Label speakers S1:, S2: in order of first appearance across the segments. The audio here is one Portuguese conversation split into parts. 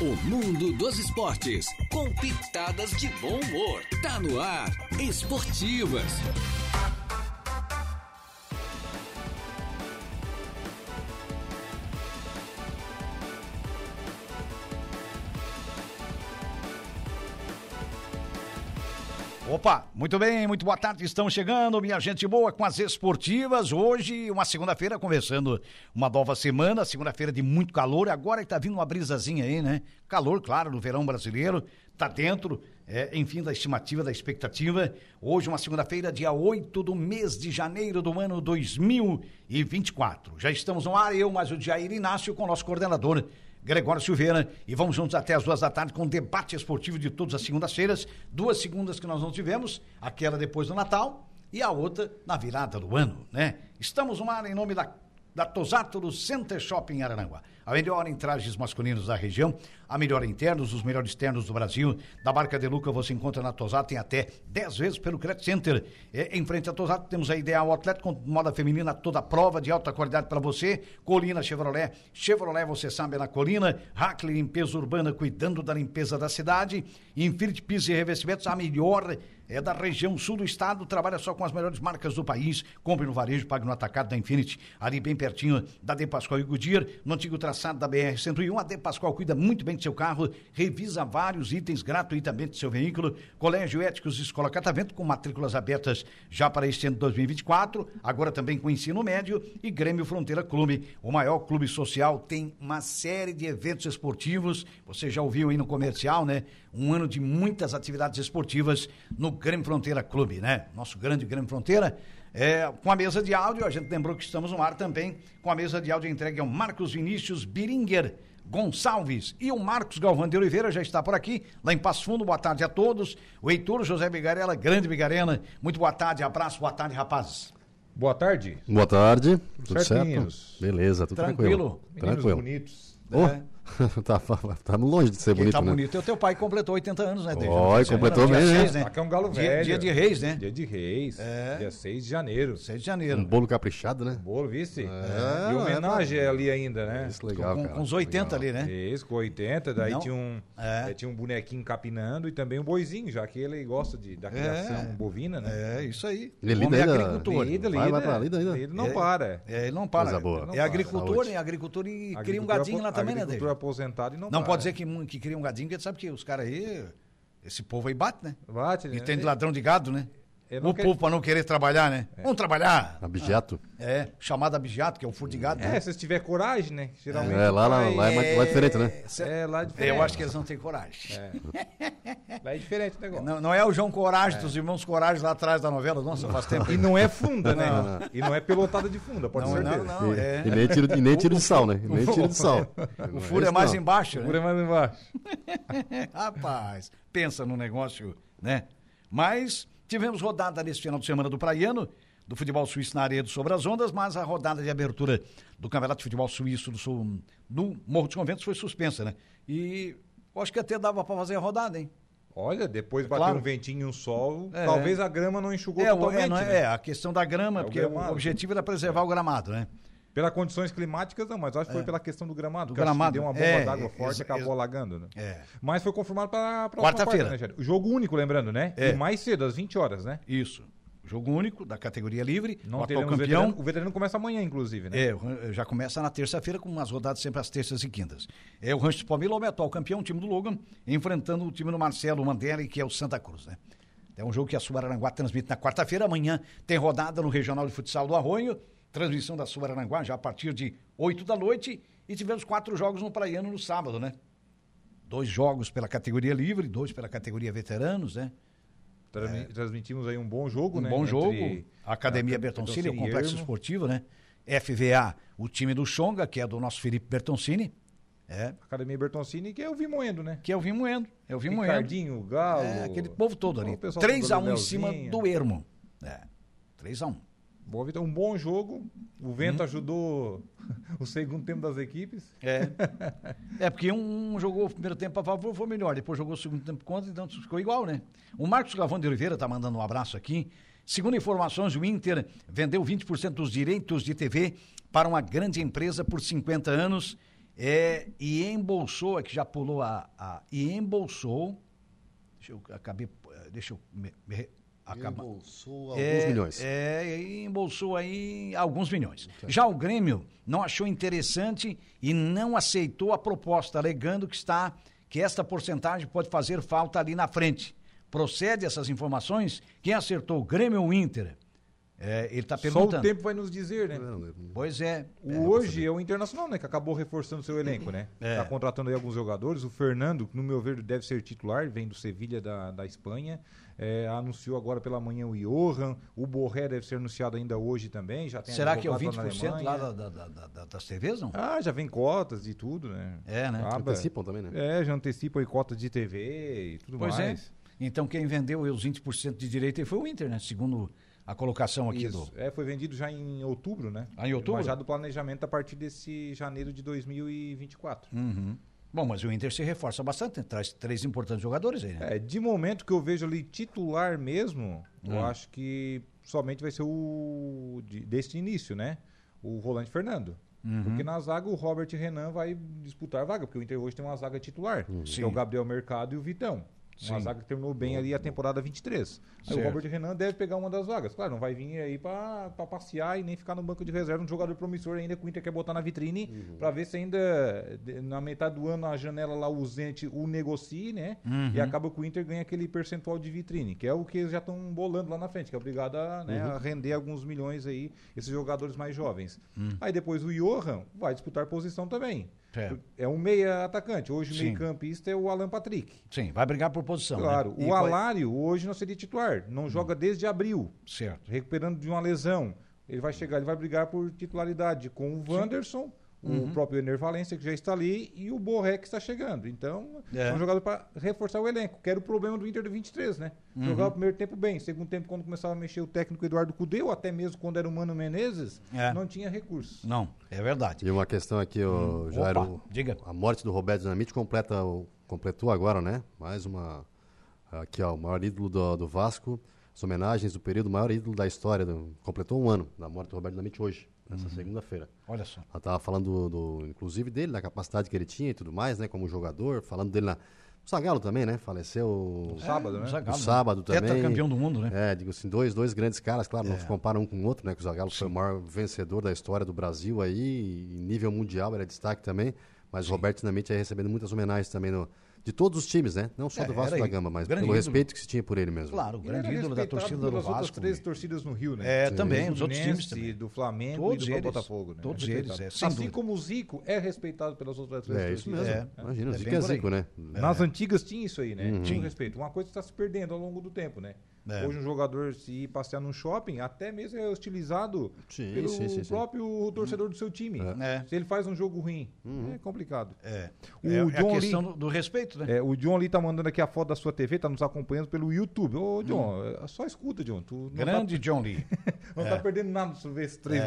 S1: O mundo dos esportes, com pitadas de bom humor. Tá no ar, Esportivas.
S2: Opa, muito bem, muito boa tarde. Estão chegando, minha gente boa, com as esportivas. Hoje, uma segunda-feira, começando uma nova semana, segunda-feira de muito calor. Agora que tá vindo uma brisazinha aí, né? Calor, claro, no verão brasileiro, tá dentro, é, enfim, da estimativa, da expectativa. Hoje, uma segunda-feira, dia 8 do mês de janeiro do ano 2024. Já estamos no ar, eu, mais o Jair Inácio, com o nosso coordenador. Gregório Silveira e vamos juntos até as duas da tarde com o debate esportivo de todas as segundas-feiras, duas segundas que nós não tivemos, aquela depois do Natal e a outra na virada do ano, né? Estamos no ar em nome da da Tosato do Center Shopping Araranguá. A melhor em trajes masculinos da região, a melhor em ternos, os melhores ternos do Brasil. Da marca Deluca você encontra na Tosato em até 10 vezes pelo Credit Center. É, em frente à Tosato temos a Ideal Atleta com moda feminina toda prova de alta qualidade para você. Colina Chevrolet. Chevrolet você sabe é na Colina. Hackley Limpeza Urbana cuidando da limpeza da cidade. Infinity Piso e Revestimentos a melhor é da região sul do estado, trabalha só com as melhores marcas do país. Compre no varejo, pague no atacado da Infinity, ali bem pertinho da De Pascoal e Goodyear, no antigo traçado da BR-101. A De Pascoal cuida muito bem do seu carro, revisa vários itens gratuitamente do seu veículo. Colégio Éticos Escola Catavento, com matrículas abertas já para este ano de 2024, agora também com ensino médio. E Grêmio Fronteira Clube, o maior clube social, tem uma série de eventos esportivos. Você já ouviu aí no comercial, né? Um ano de muitas atividades esportivas no Grêmio Fronteira Clube, né? Nosso grande Grêmio Fronteira. É, com a mesa de áudio, a gente lembrou que estamos no ar também com a mesa de áudio entregue ao Marcos Vinícius Biringer Gonçalves e o Marcos Galvão de Oliveira já está por aqui, lá em Passo Fundo. Boa tarde a todos. O Heitor José Bigarella, grande Bigarena. Muito boa tarde, abraço, boa tarde, rapaz.
S3: Boa tarde.
S4: Boa tarde, tudo
S3: Certinhos.
S4: certo? Beleza, tudo
S2: Tranquilo. né?
S4: tranquilo.
S3: Meninos
S4: Tranquilo.
S3: bonitos.
S4: Oh, tá, tá longe de ser
S2: Quem
S4: bonito,
S2: tá
S4: né?
S2: bonito é o teu pai, completou 80 anos, né, Deja?
S4: Ó, e completou
S2: Dia
S4: bem, né?
S2: seis,
S3: Tá que é um galo
S2: dia,
S3: velho.
S2: Dia de reis, né? É.
S3: Dia de reis. Dia 6 de janeiro.
S2: 6 de janeiro.
S4: Um bolo caprichado, né?
S3: Bolo, vice?
S4: É,
S3: e homenagem
S2: tá.
S3: ali ainda, né? É.
S4: Isso legal,
S2: com,
S4: cara.
S2: com uns 80 ali, né?
S3: Isso, com 80, daí
S2: Não.
S3: tinha um,
S2: É.
S3: eh, tinha um bonequinho capinando e também um boizinho, já que ele gosta de, da criação bovina, né?
S2: É, isso aí.
S4: Ele
S2: O homem é
S4: lida-
S2: agricultor.
S3: Lida,
S4: Vai, vai pra
S3: lida,
S4: ali, daí, né?
S3: lida não para.
S2: É, ele não para.
S4: Coisa boa. Ele não
S2: É
S4: para.
S2: agricultor,
S4: Saúde.
S2: né? Agricultor e cria um
S3: Agricultura
S2: gadinho lá
S3: apo-
S2: também, né,
S3: Agricultura
S2: Deja?
S3: é aposentada e não
S2: Não
S3: para.
S2: pode dizer que, mu- que cria um gadinho, porque tu sabe que os caras aí, esse povo aí bate, né?
S3: Bate, né?
S2: E tem de ladrão de gado, né?
S3: Eu não
S2: O
S3: quero- É.
S2: povo pra não querer trabalhar, né? Vamos trabalhar.
S4: Abjeto.
S2: É, chamado abijato, que é o furo de gado.
S3: É,
S2: né?
S3: se tiver coragem, né? Geralmente
S4: É, lá, lá,
S3: vai-
S4: lá é mais lá é diferente, né?
S2: Cê-
S3: É, lá é
S2: É,
S3: diferente.
S2: eu acho que eles não têm coragem.
S3: Lá é diferente o negócio.
S2: Não, não é o João Coragem dos irmãos Coragem lá atrás da novela? Nossa, faz tempo.
S3: E não é funda, né? E não é pelotada de funda, pode
S2: Não,
S3: ser.
S2: não, não.
S4: e,
S2: É.
S4: e nem tiro, de- e nem tiro de sal, né? E nem tiro de sal.
S2: O furo é mais embaixo, né?
S3: Segura mais embaixo.
S2: Rapaz, pensa no negócio, né? Mas tivemos rodada nesse final de semana do Praiano, do futebol suíço na areia do Sobre as Ondas, mas a rodada de abertura do Campeonato de Futebol Suíço do, Sul, do Morro dos Conventos foi suspensa, né? E eu acho que até dava pra fazer a rodada, hein?
S3: Olha, depois bateu
S2: Claro.
S3: um ventinho e um sol,
S2: É.
S3: talvez a grama não enxugou
S2: É, o-
S3: totalmente.
S2: é, não é,
S3: né?
S2: é, a questão da grama,
S3: É o
S2: porque o
S3: gramado.
S2: objetivo era preservar o gramado, né?
S3: Pelas condições climáticas, não, mas acho que foi pela questão do gramado.
S2: É. Do
S3: que acho que
S2: gramado,
S3: Deu uma bomba
S2: é,
S3: d'água
S2: é,
S3: forte
S2: exa-
S3: e acabou
S2: exa-
S3: alagando, né?
S2: É.
S3: Mas foi confirmado para
S2: Quarta-feira.
S3: né, Jair? Jogo único, lembrando, né?
S2: É.
S3: E mais cedo, às 20 horas, né?
S2: Isso. Jogo único da categoria livre,
S3: Não
S2: o atual
S3: teremos
S2: campeão.
S3: veterano. O veterano começa amanhã, inclusive, né?
S2: É, o Ran- já começa na terça-feira com umas rodadas sempre às terças e quintas. É o Rancho do Palmeiras, o atual campeão, o time do Logan, enfrentando o time do Marcelo Mandela, que é o Santa Cruz, né? É um jogo que a Subaranguá transmite na quarta-feira. Amanhã tem rodada no Regional de Futsal do Arroio. Transmissão da Subaranguá já a partir de 8 da noite. E tivemos quatro jogos no Praiano no sábado, né? Dois jogos pela categoria livre, dois pela categoria veteranos, né?
S3: Transmi- Transmitimos aí um bom jogo,
S2: É. um
S3: né?
S2: bom
S3: Entre
S2: jogo. A Academia
S3: Acad-
S2: Bertoncini, o
S3: e
S2: Complexo
S3: Ermo.
S2: Esportivo, né? FVA, o time do Xonga, que é do nosso Felipe Bertoncini. É,
S3: Academia Bertoncini, que é o Vimoendo, né?
S2: que eu vi moendo. Eu vi moendo.
S3: Ricardinho, Galo.
S2: É, aquele povo todo ali.
S3: o pessoal tá
S2: 3x1 em
S3: do
S2: cima
S3: Leozinho.
S2: do Ermo. É, 3x1.
S3: Boa Vitória, um bom jogo. O vento
S2: Hum.
S3: ajudou o segundo tempo das equipes.
S2: É. é, porque um jogou o primeiro tempo a favor, foi melhor. Depois jogou o segundo tempo contra, então ficou igual, né? O Marcos Galvão de Oliveira tá mandando um abraço aqui. Segundo informações, o Inter vendeu 20% dos direitos de TV para uma grande empresa por 50 anos. É, e embolsou, é que já pulou a. a- e embolsou. Deixa eu acabei. eh, Deixa eu. Me, me, re- acabar.
S4: Embolsou alguns
S2: É,
S4: milhões.
S2: É, e embolsou aí alguns milhões. Já o Grêmio não achou interessante e não aceitou a proposta, alegando que está que esta porcentagem pode fazer falta ali na frente. Procede essas informações? Quem acertou, o Grêmio ou o Inter? É, ele está
S3: Só o
S2: perguntando.
S3: tempo vai nos dizer, né?
S4: Não, não-
S2: Pois é.
S3: O hoje é o Internacional, né? Que acabou reforçando seu elenco, né?
S2: É.
S3: Tá contratando aí alguns jogadores. O Fernando, no meu ver, deve ser titular, vem do Sevilha da, da Espanha. É, anunciou agora pela manhã o Johan. O Borré deve ser anunciado ainda hoje também. Já tem
S2: Será que é o
S3: advogado lá na
S2: 20% lá
S3: Alemanha.
S2: da, da, da- da- das TVs, não?
S3: Ah, já vem cotas e tudo, né?
S2: É, né?
S3: Aba-
S4: Antecipam também, né?
S3: É, já antecipam aí cotas de TV e tudo
S2: Pois é.
S3: mais.
S2: Então quem vendeu os 20% de direito aí foi o Inter, né? Segundo a colocação aqui
S3: Isso.
S2: do.
S3: É, foi vendido já em outubro, né?
S2: Ah, em outubro?
S3: Mas já do planejamento a partir desse janeiro de 2024.
S2: Uhum. Bom, mas o Inter se reforça bastante, traz três importantes jogadores aí, né?
S3: É, de momento que eu vejo ali titular mesmo,
S2: Ah.
S3: eu acho que somente vai ser o de- desse início, né? O Rolante Fernando.
S2: Uhum.
S3: Porque na zaga o Robert Renan vai disputar a vaga, porque o Inter hoje tem uma zaga titular, que é o
S2: Uhum. Sim.
S3: Gabriel Mercado e o Vitão. Uma
S2: Sim.
S3: zaga que terminou bem ali a temporada 23. Aí o
S2: Certo.
S3: Robert Renan deve pegar uma das vagas. Claro, não vai vir aí pra pra passear e nem ficar no banco de reserva, um jogador promissor ainda que o Inter quer botar na vitrine
S2: Uhum.
S3: pra ver se ainda de- na metade do ano a janela lá ausente o negocie, né? E
S2: Uhum.
S3: acaba que o Inter ganha aquele percentual de vitrine, que é o que eles já estão bolando lá na frente, que é obrigado a,
S2: Uhum.
S3: né, a render alguns milhões aí esses jogadores mais jovens. Aí depois o Johan vai disputar posição também.
S2: Uhum. É.
S3: É um meia atacante. Hoje o
S2: Sim.
S3: meio campista é o Alan Patrick.
S2: Sim, vai brigar por posição. né?
S3: Claro,
S2: E
S3: o
S2: qual é-
S3: Alário hoje não seria titular, não joga desde abril,
S2: Certo.
S3: recuperando de uma lesão. Ele vai chegar, ele vai brigar por titularidade com o Wanderson,
S2: Uhum.
S3: o próprio Ener Valência, que já está ali, e o Borré, que está chegando. Então,
S2: É.
S3: é um jogador para reforçar o elenco, que era o problema do Inter do 23, né?
S2: Uhum.
S3: Jogava o primeiro tempo bem, segundo tempo, quando começava a mexer o técnico Eduardo Cudê, ou até mesmo quando era o Mano Menezes,
S2: É.
S3: não tinha recursos.
S2: Não, é verdade.
S4: E uma questão aqui, o Jairo.
S2: Hum, Opa, diga.
S4: A morte do Roberto Dinamite completa, o- completou agora, né? Mais uma. Aqui, ó, o maior ídolo do, do Vasco. As homenagens do período maior ídolo da história. do- completou um ano da morte do Roberto Dinamite hoje, nessa segunda-feira.
S2: Olha só.
S4: Ela estava falando, do, do- inclusive, dele, da capacidade que ele tinha e tudo mais, né? Como jogador. Falando dele na. O Zagalo também, né? Faleceu.
S3: Sábado, né?
S4: No sábado também.
S2: campeão do mundo, né? É.
S4: É, digo assim, dois, dois grandes caras, claro, não se comparam um com o outro, né? Que o Zagallo foi o maior vencedor da história do Brasil aí, e nível mundial era destaque também. Mas o Roberto Dinamite aí recebendo muitas homenagens também no- de todos os times, né? Não só
S2: É,
S4: do Vasco
S2: era
S4: da
S2: aí,
S4: Gama, mas pelo
S2: grande ídolo.
S4: respeito que se tinha por ele mesmo.
S2: Claro, o
S3: é. Ele era
S2: grande ídolo da
S3: respeitado
S2: torcida do
S3: pelas outras
S2: Vasco.
S3: três
S2: né?
S3: torcidas no Rio, né?
S2: É, também, os outros
S3: Fluminense,
S2: times também.
S3: do Flamengo
S2: Todos
S3: e do
S2: eles,
S3: Botafogo, né?
S2: todos
S3: Respeitado.
S2: eles, é, sem
S3: assim
S2: dúvida.
S3: como o Zico é respeitado pelas outras três né?
S4: É isso mesmo.
S2: É,
S4: Imagina,
S2: é
S4: o Zico
S2: bem
S4: é
S2: por aí.
S4: Zico, né?
S3: Nas antigas tinha isso aí, né? Tinha
S2: Tinha.
S3: um respeito. Uma coisa está se perdendo ao longo do tempo, né?
S2: Uhum. É.
S3: Hoje um jogador se ir passear num shopping, até mesmo é hostilizado
S4: Sim,
S3: pelo
S4: sim, sim, sim.
S3: próprio torcedor do seu time.
S2: Uhum. É.
S3: Se ele faz um jogo ruim, é complicado.
S2: É.
S3: O
S2: É- é
S3: John
S2: a
S3: Lee-
S2: questão do, do respeito, né?
S3: É, o John ali tá mandando aqui a foto da sua TV, tá nos acompanhando pelo YouTube. Ô, John, é, só escuta, John. Tu não tá-
S2: Uhum. Grande John Lee.
S3: Não
S4: É.
S3: tá perdendo nada sobre esses três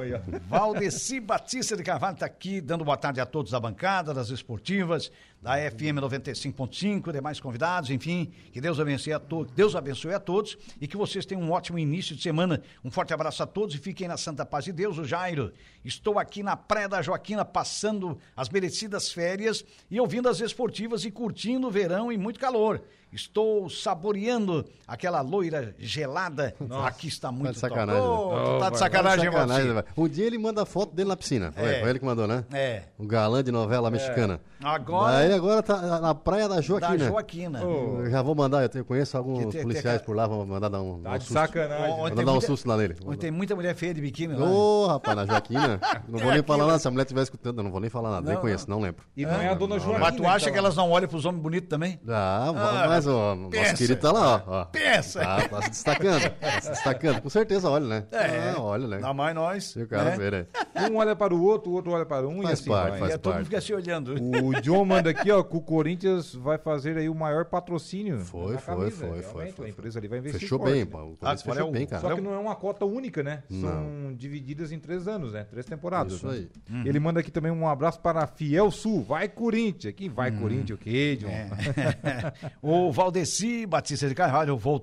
S3: aí, ó.
S2: Valdeci Batista de Carvalho está aqui dando boa tarde a todos da bancada, das esportivas, da FM 95.5, demais convidados, enfim, que Deus abençoe a todos, Deus abençoe a todos e que vocês tenham um ótimo início de semana. Um forte abraço a todos e fiquem na santa paz de Deus, o Jairo. Estou aqui na Praia da Joaquina passando as merecidas férias e ouvindo as esportivas e curtindo o verão e muito calor. Estou saboreando aquela loira gelada. Aqui está muito
S4: de sacanagem, né?
S2: top. Ô, tu tá de sacanagem, Valdeci.
S4: Sacanagem, velho. Um dia ele manda a foto dele na piscina. Foi,
S2: É.
S4: foi ele que mandou, né?
S2: É.
S4: Um galã de novela mexicana.
S2: Agora- é
S4: Aí agora tá na praia da Joaquina.
S2: Da Joaquina.
S4: Eu já vou mandar, eu tenho- conheço alguns
S2: Que tem-
S4: policiais
S2: tem-
S4: por lá, vou mandar dar um,
S3: Tá
S4: um
S3: de
S4: susto.
S3: sacanagem.
S2: Ó,
S4: Vou
S2: tem
S4: dar um
S2: muita-
S4: susto lá nele.
S2: Mas tem muita mulher feia de biquíni lá.
S4: Ô, rapaz, na Joaquina, não vou nem falar nada, se a mulher estiver escutando, eu não vou nem falar nada, nem
S2: Não,
S4: conheço, Ah, não lembro.
S3: E não é a dona Joaquina.
S2: Mas tu
S3: tá
S4: então.
S2: acha
S3: lá.
S2: que elas não olham pros homens bonitos também?
S4: Ah,
S2: Ah,
S4: mas o nosso
S2: pensa.
S4: querido tá lá, ó. ó.
S2: Pensa.
S4: Tá, tá se destacando, tá se destacando, com certeza, olha, né?
S2: É.
S4: Ah, olha, né?
S2: Não, mais nós.
S4: Se o cara
S2: né?
S4: ver, né?
S3: Um olha para o outro, o outro olha para um e
S4: Faz
S3: assim
S4: parte,
S3: vai.
S4: faz
S2: E é todo
S4: parte.
S2: mundo fica se olhando.
S3: O John manda aqui, ó, que o Corinthians vai fazer aí o maior patrocínio.
S4: Foi,
S3: na
S4: foi, foi,
S3: camisa.
S4: foi,
S3: Realmente,
S4: foi,
S3: A
S4: foi.
S3: empresa ali vai investir
S4: Fechou
S3: forte,
S4: bem,
S3: né?
S4: pô. O
S2: Agora
S4: Corinthians fechou
S2: é o-
S4: bem, cara.
S3: Só que não é uma cota única, né? São divididas em três anos, né? Três temporadas.
S4: Isso
S3: né?
S4: aí.
S3: Ele manda aqui também um abraço para a Fiel Sul. Vai, Corinthians. Que vai, Corinthians, o quê, John?
S2: o Valdeci Batista de Carvalho voltou.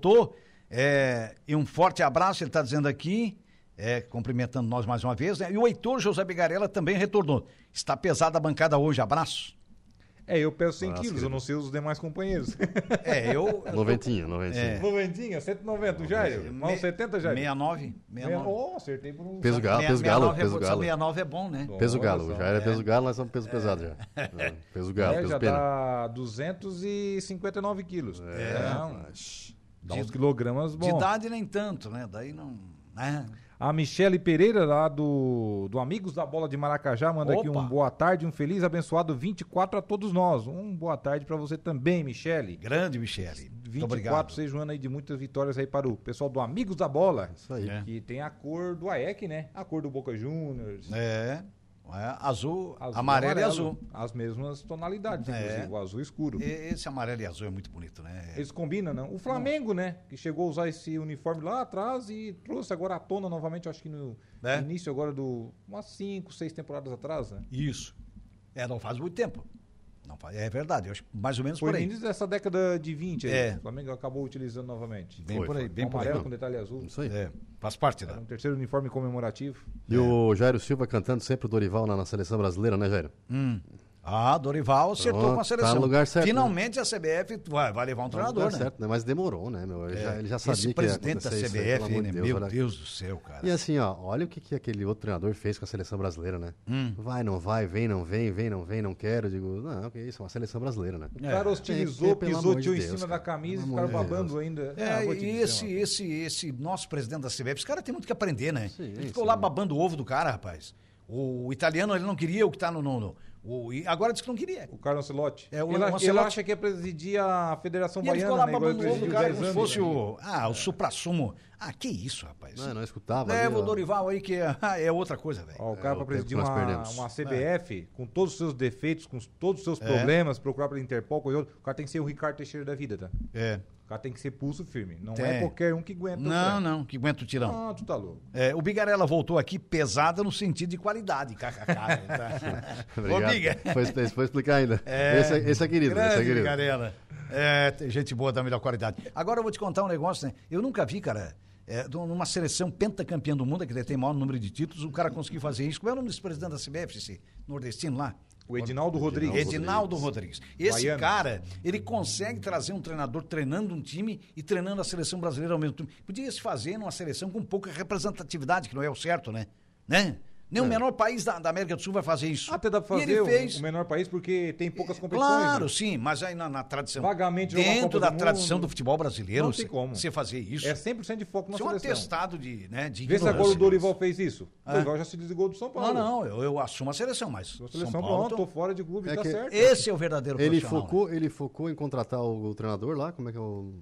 S2: é, e um forte abraço, ele está tá dizendo aqui. é, cumprimentando nós mais uma vez. Né? E o Heitor José Bigarella também retornou. Está pesada a bancada hoje, abraço.
S3: É, eu peso 100
S4: Nossa,
S3: quilos, eu
S4: querido.
S3: não sei os demais companheiros.
S2: É, eu.
S4: Noventinha,
S2: É.
S4: noventinha.
S3: Noventinha, 190, Jair. Mal 70, Jair.
S2: 69. 69.
S3: Oh, acertei por um.
S4: Peso galo, peso galo, peso galo.
S2: 69 é bom, né?
S4: Peso galo,
S3: Olha só.
S4: já era peso galo, nós somos peso pesado já. É, Peso galo,
S3: É, já
S4: peso pena.
S3: dá 259 quilos. É. dá uns
S2: De-
S3: quilogramas
S2: De
S3: bom.
S2: idade nem tanto, né? Daí não. né?
S3: A Michele Pereira, lá do, do Amigos da Bola de Maracajá, manda aqui
S2: Opa.
S3: um boa tarde, um feliz, abençoado 24 a todos nós. Um boa tarde pra você também, Michele.
S2: Grande, Michele. Muito
S3: 24,
S2: obrigado.
S3: seja um ano aí de muitas vitórias aí para o pessoal do Amigos da Bola.
S4: Isso aí.
S2: É.
S3: Que tem a cor do AEC, né? A cor do Boca Juniors.
S2: É, é, azul,
S3: azul,
S2: amarelo e azul.
S3: amarelo, As mesmas tonalidades,
S2: É.
S3: inclusive, o azul escuro.
S2: E- Esse amarelo e azul é muito bonito, né?
S3: Eles combinam, não? O Flamengo, né? Que chegou a usar esse uniforme lá atrás e trouxe agora à tona novamente, acho que no
S2: É.
S3: início agora do. Umas 5, 6 temporadas atrás, né?
S2: Isso. É, não faz muito tempo. Não faz, é verdade, eu acho que mais ou menos
S3: Foi
S2: por
S3: no
S2: aí.
S3: início dessa década de 20 aí.
S2: É.
S3: O Flamengo acabou utilizando novamente.
S2: Bem
S4: Foi,
S2: por aí,
S4: foi.
S2: bem
S3: Um
S2: por
S3: amarelo
S2: aí.
S3: com detalhe azul.
S4: Isso aí.
S2: É, faz parte
S3: Era
S2: da.
S3: um terceiro uniforme comemorativo.
S4: E o Jairo Silva cantando sempre o Dorival na, na seleção brasileira, né, Jairo?
S2: Ah, Dorival acertou
S4: Pronto,
S2: com a
S4: tá
S2: seleção.
S4: no lugar certo,
S2: Finalmente a CBF vai, vai levar um
S4: Tá no
S2: treinador,
S4: lugar
S2: né? É.
S4: certo, né? Mas demorou, né, meu? Ele, já, ele já sabia
S2: Esse
S4: que ia
S2: presidente da
S4: acontecer isso aí, pelo
S2: CBF,
S4: amor de
S2: né?
S4: Deus,
S2: meu
S4: olha-
S2: Deus do céu, cara.
S4: E assim, ó, olha o que, que aquele outro treinador fez com a seleção brasileira, né?
S2: Hum.
S4: Vai, não vai, vem, não vem, vem, não vem, não quero. Digo, não, que isso, é uma seleção brasileira, né?
S3: O cara hostilizou,
S4: Tem que ter, pelo
S3: pisou
S4: amor de
S3: tio em
S4: Deus,
S3: cima
S4: cara.
S3: da camisa e
S4: Pelo amor
S3: ficaram
S4: de
S3: babando
S4: Deus.
S3: ainda. Ah,
S2: É,
S3: vou te
S2: e
S3: dizer,
S2: esse,
S3: mano.
S2: esse, esse nosso presidente da CBF, esse cara tem muito que aprender, né?
S4: Sim,
S2: ele
S4: sim,
S2: ficou lá
S4: sim.
S2: babando o ovo do cara, rapaz. O, italiano, ele não queria o que tá no. no, no- o, e agora diz que não queria.
S3: O Carlos Ancelotti.
S2: É, o
S3: ele,
S2: Ancelotti-
S3: ele acha que é presidir a Federação
S2: E ele ficou lá
S3: Baiana, né? Igual ele
S2: babando o ovo do
S3: presidiu
S2: cara
S3: 10
S2: como se
S3: anos,
S2: fosse
S3: né?
S2: o. Ah, o supra-sumo. Ah, que isso, rapaz.
S4: Não, não escutava. ali,
S2: Leva o
S4: ó.
S2: Dorival aí, que é, ah, é outra coisa, velho.
S3: Ó, o cara
S4: o
S3: pra
S4: tempo
S3: presidir
S4: que nós
S3: uma,
S4: perdemos.
S2: É.
S3: uma CBF, com todos os seus defeitos, com todos os seus problemas, procurar pela Interpol, coisa e outra, o cara tem que ser o Ricardo Teixeira da vida, tá?
S2: É.
S3: O cara tem que ser pulso firme. Não
S2: Tem.
S3: é qualquer um que aguenta. o
S2: Não,
S3: tranco.
S2: não, que aguenta o tirão.
S3: Ah, tu tá louco.
S2: É, o Bigarella voltou aqui pesada no sentido de qualidade, kkk. Tá? Ô, Biga.
S4: Obrigado. Foi, foi explicar ainda.
S2: É.
S4: esse, é, esse é querido,
S2: Grande
S4: esse é querido.
S2: Bigarella. É, tem gente boa da melhor qualidade. Agora eu vou te contar um negócio, né? Eu nunca vi, cara, é, de numa seleção pentacampeã do mundo, que tem maior número de títulos, o cara conseguiu fazer isso. Como é o nome desse presidente da CBF, esse nordestino lá?
S3: O Edinaldo Rodrigues.
S2: Edinaldo Rodrigues. Esse
S3: Baiano.
S2: cara, ele consegue trazer um treinador treinando um time e treinando a seleção brasileira ao mesmo tempo. Podia se fazer numa seleção com pouca representatividade, que não é o certo, né? Né? Nem
S4: É.
S2: o menor país da, da América do Sul vai fazer isso.
S3: Até dá pra
S2: E ele
S3: Ah, fazer um o,
S2: fez.
S3: o menor país porque tem poucas competições.
S2: Claro,
S3: né?
S2: sim, mas aí na, na tradição.
S3: Vagamente jogar
S2: dentro
S3: Copa
S2: da
S3: do
S2: tradição
S3: Mundo.
S2: do futebol brasileiro,
S3: Não tem
S2: se-
S3: como.
S2: você fazer isso.
S3: É 100% de foco na
S2: isso é um
S3: seleção.
S2: atestado de, né, de
S3: Vê se agora o
S2: ignorância. É.
S3: Dorival fez isso. O Dorival já se desligou do São Paulo.
S2: Não, não, eu, eu assumo a seleção, mas.
S3: A
S2: São
S3: seleção,
S2: Paulo,
S3: pronto, tô fora de clube,
S4: É
S3: tá
S4: que-
S3: certo.
S2: Esse é o verdadeiro
S4: Ele
S2: profissional, né?
S4: focou, ele focou em contratar o, o treinador lá, como é que é o.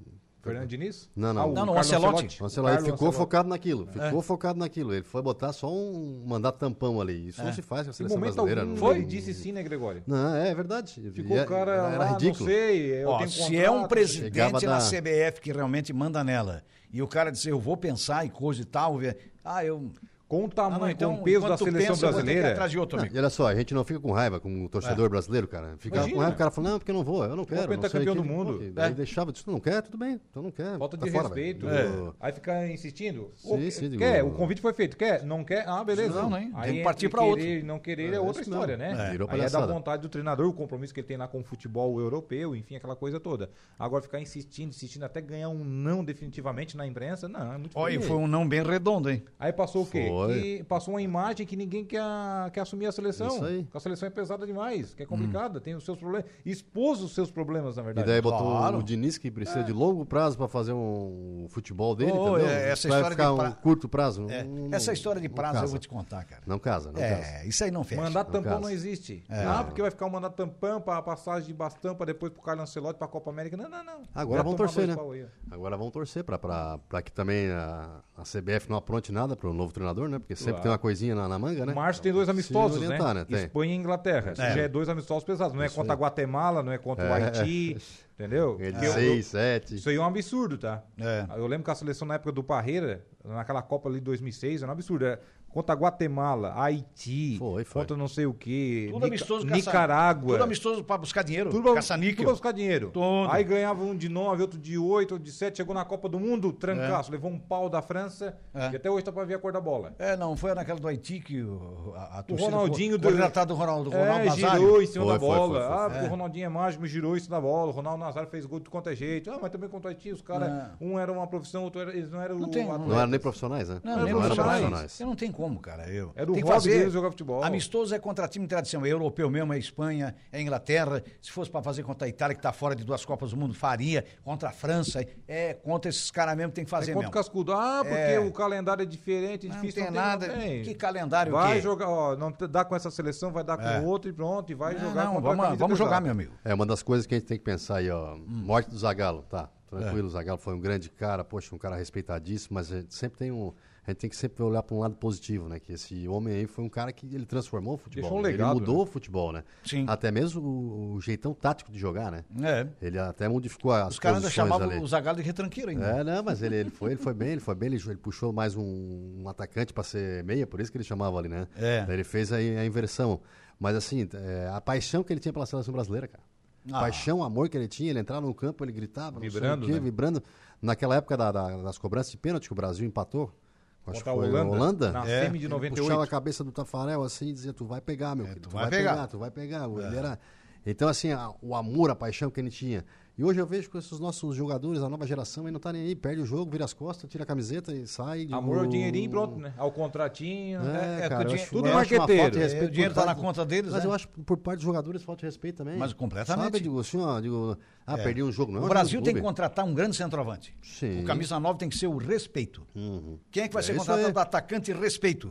S3: Fernando Diniz?
S4: Não, não.
S3: Ah, o
S2: Não, não, o
S3: Carlo
S2: Ancelotti. É.
S4: O Ancelotti
S3: Carlo
S4: ficou
S3: Ancelotti.
S4: focado naquilo, ficou focado naquilo. Ele foi botar só um mandar tampão ali.
S2: É.
S4: Isso não se faz com a
S3: Em
S4: seleção
S3: momento
S4: brasileira.
S3: algum,
S4: não-
S3: foi? disse sim, né, Gregório?
S4: Não, é verdade.
S3: Ficou
S4: E é-
S3: o cara
S4: era, era
S3: lá,
S4: ridículo.
S3: não sei, eu
S2: Ó,
S3: tenho
S2: se é um
S3: contrato.
S4: chegava
S2: presidente
S4: a
S2: na
S4: dar-
S2: CBF que realmente manda nela, e o cara diz, eu vou pensar e coisa e tal, vê- ah, eu...
S3: Com o
S2: Ah,
S3: tamanho,
S2: não, então,
S3: com o peso da
S2: enquanto tu
S3: seleção
S2: pensa, eu vou ter que ir
S3: brasileira. é.
S2: atrás de outro,
S4: Não,
S2: amigo.
S4: Ah, e olha só, a gente não fica com raiva com o torcedor brasileiro, cara. Ficava
S3: Imagina.
S4: com raiva, o cara falando, não, porque eu não vou, eu não quero. não sei o
S3: pentacampeão
S4: quê.
S3: do mundo.
S4: Pô, Daí
S2: É.
S4: deixava, disse, tu não quer, tudo bem, tu não quer.
S3: Falta
S4: tá
S3: de
S4: fora,
S3: respeito. É.
S4: velho.
S3: Aí fica insistindo.
S4: Sim,
S3: Ô,
S4: sim, digo-
S3: quer? O convite foi feito. Quer? Não quer? Ah, beleza.
S2: Não, né? Tem
S3: Aí
S2: que
S3: entre
S2: partir pra
S3: querer
S2: outro.
S3: e não querer é,
S4: É,
S3: outra
S4: isso mesmo.
S3: história, né?
S4: É, virou
S3: Aí é da
S4: palhaçada.
S3: vontade do treinador, o compromisso que ele tem lá com o futebol europeu, enfim, aquela coisa toda. Agora ficar insistindo, insistindo até ganhar um não definitivamente na imprensa, não, é muito
S2: Olha,
S3: feio.
S2: foi um não bem redondo, hein?
S3: Aí passou o quê?
S4: Foi.
S3: Que passou uma imagem que ninguém quer, quer assumir a seleção.
S4: Isso aí. Hum.
S3: Que A seleção é pesada demais, que é complicada, tem os seus problemas. Expôs os seus problemas, na
S4: E
S3: verdade.
S4: daí botou
S2: Claro.
S4: o Diniz, que precisa de longo prazo pra fazer um futebol dele,
S2: Ô,
S4: entendeu?
S2: é, essa
S4: Vai
S2: história
S4: ficar
S2: de pra-
S4: um curto prazo.
S2: É,
S4: não- não-
S2: essa história de
S4: não
S2: prazo eu
S4: casa.
S2: vou te contar, cara.
S4: Não casa, não casa.
S2: é, isso aí não fecha.
S3: Mandar
S4: no
S3: tampão
S4: caso.
S3: não existe. Ah, porque vai ficar um mandar tampão pra passagem de bastão pra depois pro Carlos Ancelotti pra Copa América. Não, não, não.
S4: Agora
S3: Vai
S4: vão
S3: tomar
S4: torcer,
S3: dois
S4: né?
S3: pau aí, ó.
S4: Agora vão torcer pra- pra pra que também a, a CBF não apronte nada pro novo treinador, né? Porque sempre
S3: Claro.
S4: tem uma coisinha na, na manga, né?
S3: Março tem dois
S4: Se
S3: amistosos,
S4: orientar,
S3: né?
S4: Tem.
S3: Espanha e Inglaterra. Isso Já é dois amistosos pesados. Não é contra a Guatemala, não é contra o
S4: É.
S3: Haiti, entendeu?
S4: Ganha
S3: Que
S4: É de
S3: eu-
S4: seis, sete.
S3: Isso aí é um absurdo, tá?
S2: É.
S3: Eu lembro que a seleção na época do Parreira, naquela Copa ali de 2006, era um absurdo. Era contra Guatemala, Haiti,
S4: Foi, foi.
S3: contra não sei o quê,
S2: Tudo
S3: Nica-
S2: amistoso caça-
S3: Nicarágua.
S2: Tudo amistoso pra buscar dinheiro.
S3: Tudo pra-
S2: Caça-níquel.
S3: tudo pra buscar dinheiro.
S2: Tudo.
S3: Aí ganhava um de 9, outro de 8, outro de 7, chegou na Copa do Mundo, trancaço, levou um pau da França
S2: É.
S3: e até hoje tá pra ver a cor da bola.
S2: É, não, foi naquela do Haiti que o- a, a torcida...
S3: Ronaldinho
S2: do...
S3: do-
S2: Contratado tá do Ronaldo, Ronaldo
S3: é,
S2: Nazário.
S3: girou em cima
S4: Foi,
S3: da
S4: foi,
S3: bola.
S4: foi, foi,
S3: ah,
S4: foi.
S3: porque o Ronaldinho é mágico, mas girou em cima da bola. O Ronaldo Nazário fez gol de quanto é jeito. Ah, mas também contra o Haiti, os caras,
S2: É.
S3: um era uma profissão, outro era, eles não eram
S2: Não
S3: o
S2: tem, não
S4: Não eram nem profissionais, né?
S2: Não, nem
S3: Não
S4: eram
S3: era
S2: profissionais.
S4: profissionais.
S2: Você não tem como, cara. Eu.
S3: Era o
S2: tem
S3: hobby deles jogar futebol.
S2: Amistoso é contra time de tradição. É europeu mesmo, é Espanha, é Inglaterra. Se fosse pra fazer contra a Itália, que tá fora de duas Copas do Mundo, faria. Contra a França, é contra esses caras mesmo, tem que fazer
S3: É
S2: mesmo.
S3: contra o Cascudo. Ah, porque
S2: É.
S3: o calendário é diferente, é
S2: Não
S3: difícil.
S2: tem
S3: não
S2: nada.
S3: não tem.
S2: Que calendário
S3: Vai
S2: que-
S3: jogar, ó, não te- dá com essa seleção, vai dar com
S2: É.
S3: outro e pronto, e vai
S2: Não,
S3: jogar
S2: não,
S3: contra a
S2: vamos,
S3: camisa
S2: vamos jogar,
S3: pesada.
S2: meu amigo.
S4: É uma das coisas que a gente tem que pensar aí, ó.
S3: Hum.
S4: Morte do Zagalo, tá.
S3: É.
S4: Tranquilo, o Zagalo foi um grande cara, poxa, um cara respeitadíssimo, mas a gente sempre tem um. A gente tem que sempre olhar para um lado positivo, né? Que esse homem aí foi um cara que ele transformou o futebol.
S3: Deixou um
S4: né?
S3: legado,
S4: ele mudou o futebol, né?
S2: Sim.
S4: Até mesmo o, o jeitão tático de jogar, né?
S2: É.
S4: Ele até modificou as
S2: Os caras ainda
S4: posições
S2: chamavam
S4: ali.
S2: o Zagallo de retranqueiro ainda.
S4: É, não, mas ele, ele foi, ele foi bem, ele foi bem, ele, ele puxou mais um, um atacante para ser meia, por isso que ele chamava ali, né?
S2: É.
S4: Daí ele fez aí a inversão. Mas assim, é, a paixão que ele tinha pela seleção brasileira, cara.
S2: Ah.
S4: Paixão, amor que ele tinha, ele entrava no campo, ele gritava,
S3: Vibrando,
S4: não sei o quê,
S3: né?
S4: vibrando. Naquela época da- da- das cobranças de pênalti que o Brasil empatou, acho que
S3: Contra a
S4: foi
S3: Holanda,
S4: Holanda, Holanda
S3: na
S2: É.
S3: semi de
S4: ele puxava a
S3: 98.
S4: cabeça do Tafarel assim e dizia, tu vai pegar, meu querido, tu,
S2: vai
S4: vai, pegar.
S2: pegar." É.
S4: tu vai pegar. Ele era... Então, assim, a- o amor, a paixão que ele tinha. E hoje eu vejo que esses nossos jogadores, a nova geração, aí não tá nem aí, perde o jogo, vira as costas, tira a camiseta e sai.
S3: Amor ao
S4: o-
S3: dinheirinho, pronto, né? Ao contratinho. né?
S4: É,
S2: é, tudo
S4: cara, eu
S2: dinhe-
S4: acho,
S3: tudo
S4: eu acho uma falta de
S3: marqueteiro.
S2: É,
S4: respeito
S2: o dinheiro
S4: por
S2: tá na
S4: parte-
S2: conta deles,
S4: Mas
S2: né?
S4: eu acho que por parte dos jogadores falta de respeito também.
S2: Mas completamente.
S4: Sabe, digo assim, ó, digo, ah,
S2: É.
S4: perdi um jogo, não é
S2: O
S4: um
S2: Brasil
S4: jogo
S2: tem
S4: do
S2: que
S4: clube.
S2: contratar um grande centroavante.
S4: Sim.
S2: O camisa 9 tem que ser o respeito. Quem é que vai
S4: É
S2: ser
S4: isso
S2: contratado?
S4: aí.
S2: Atacante respeito.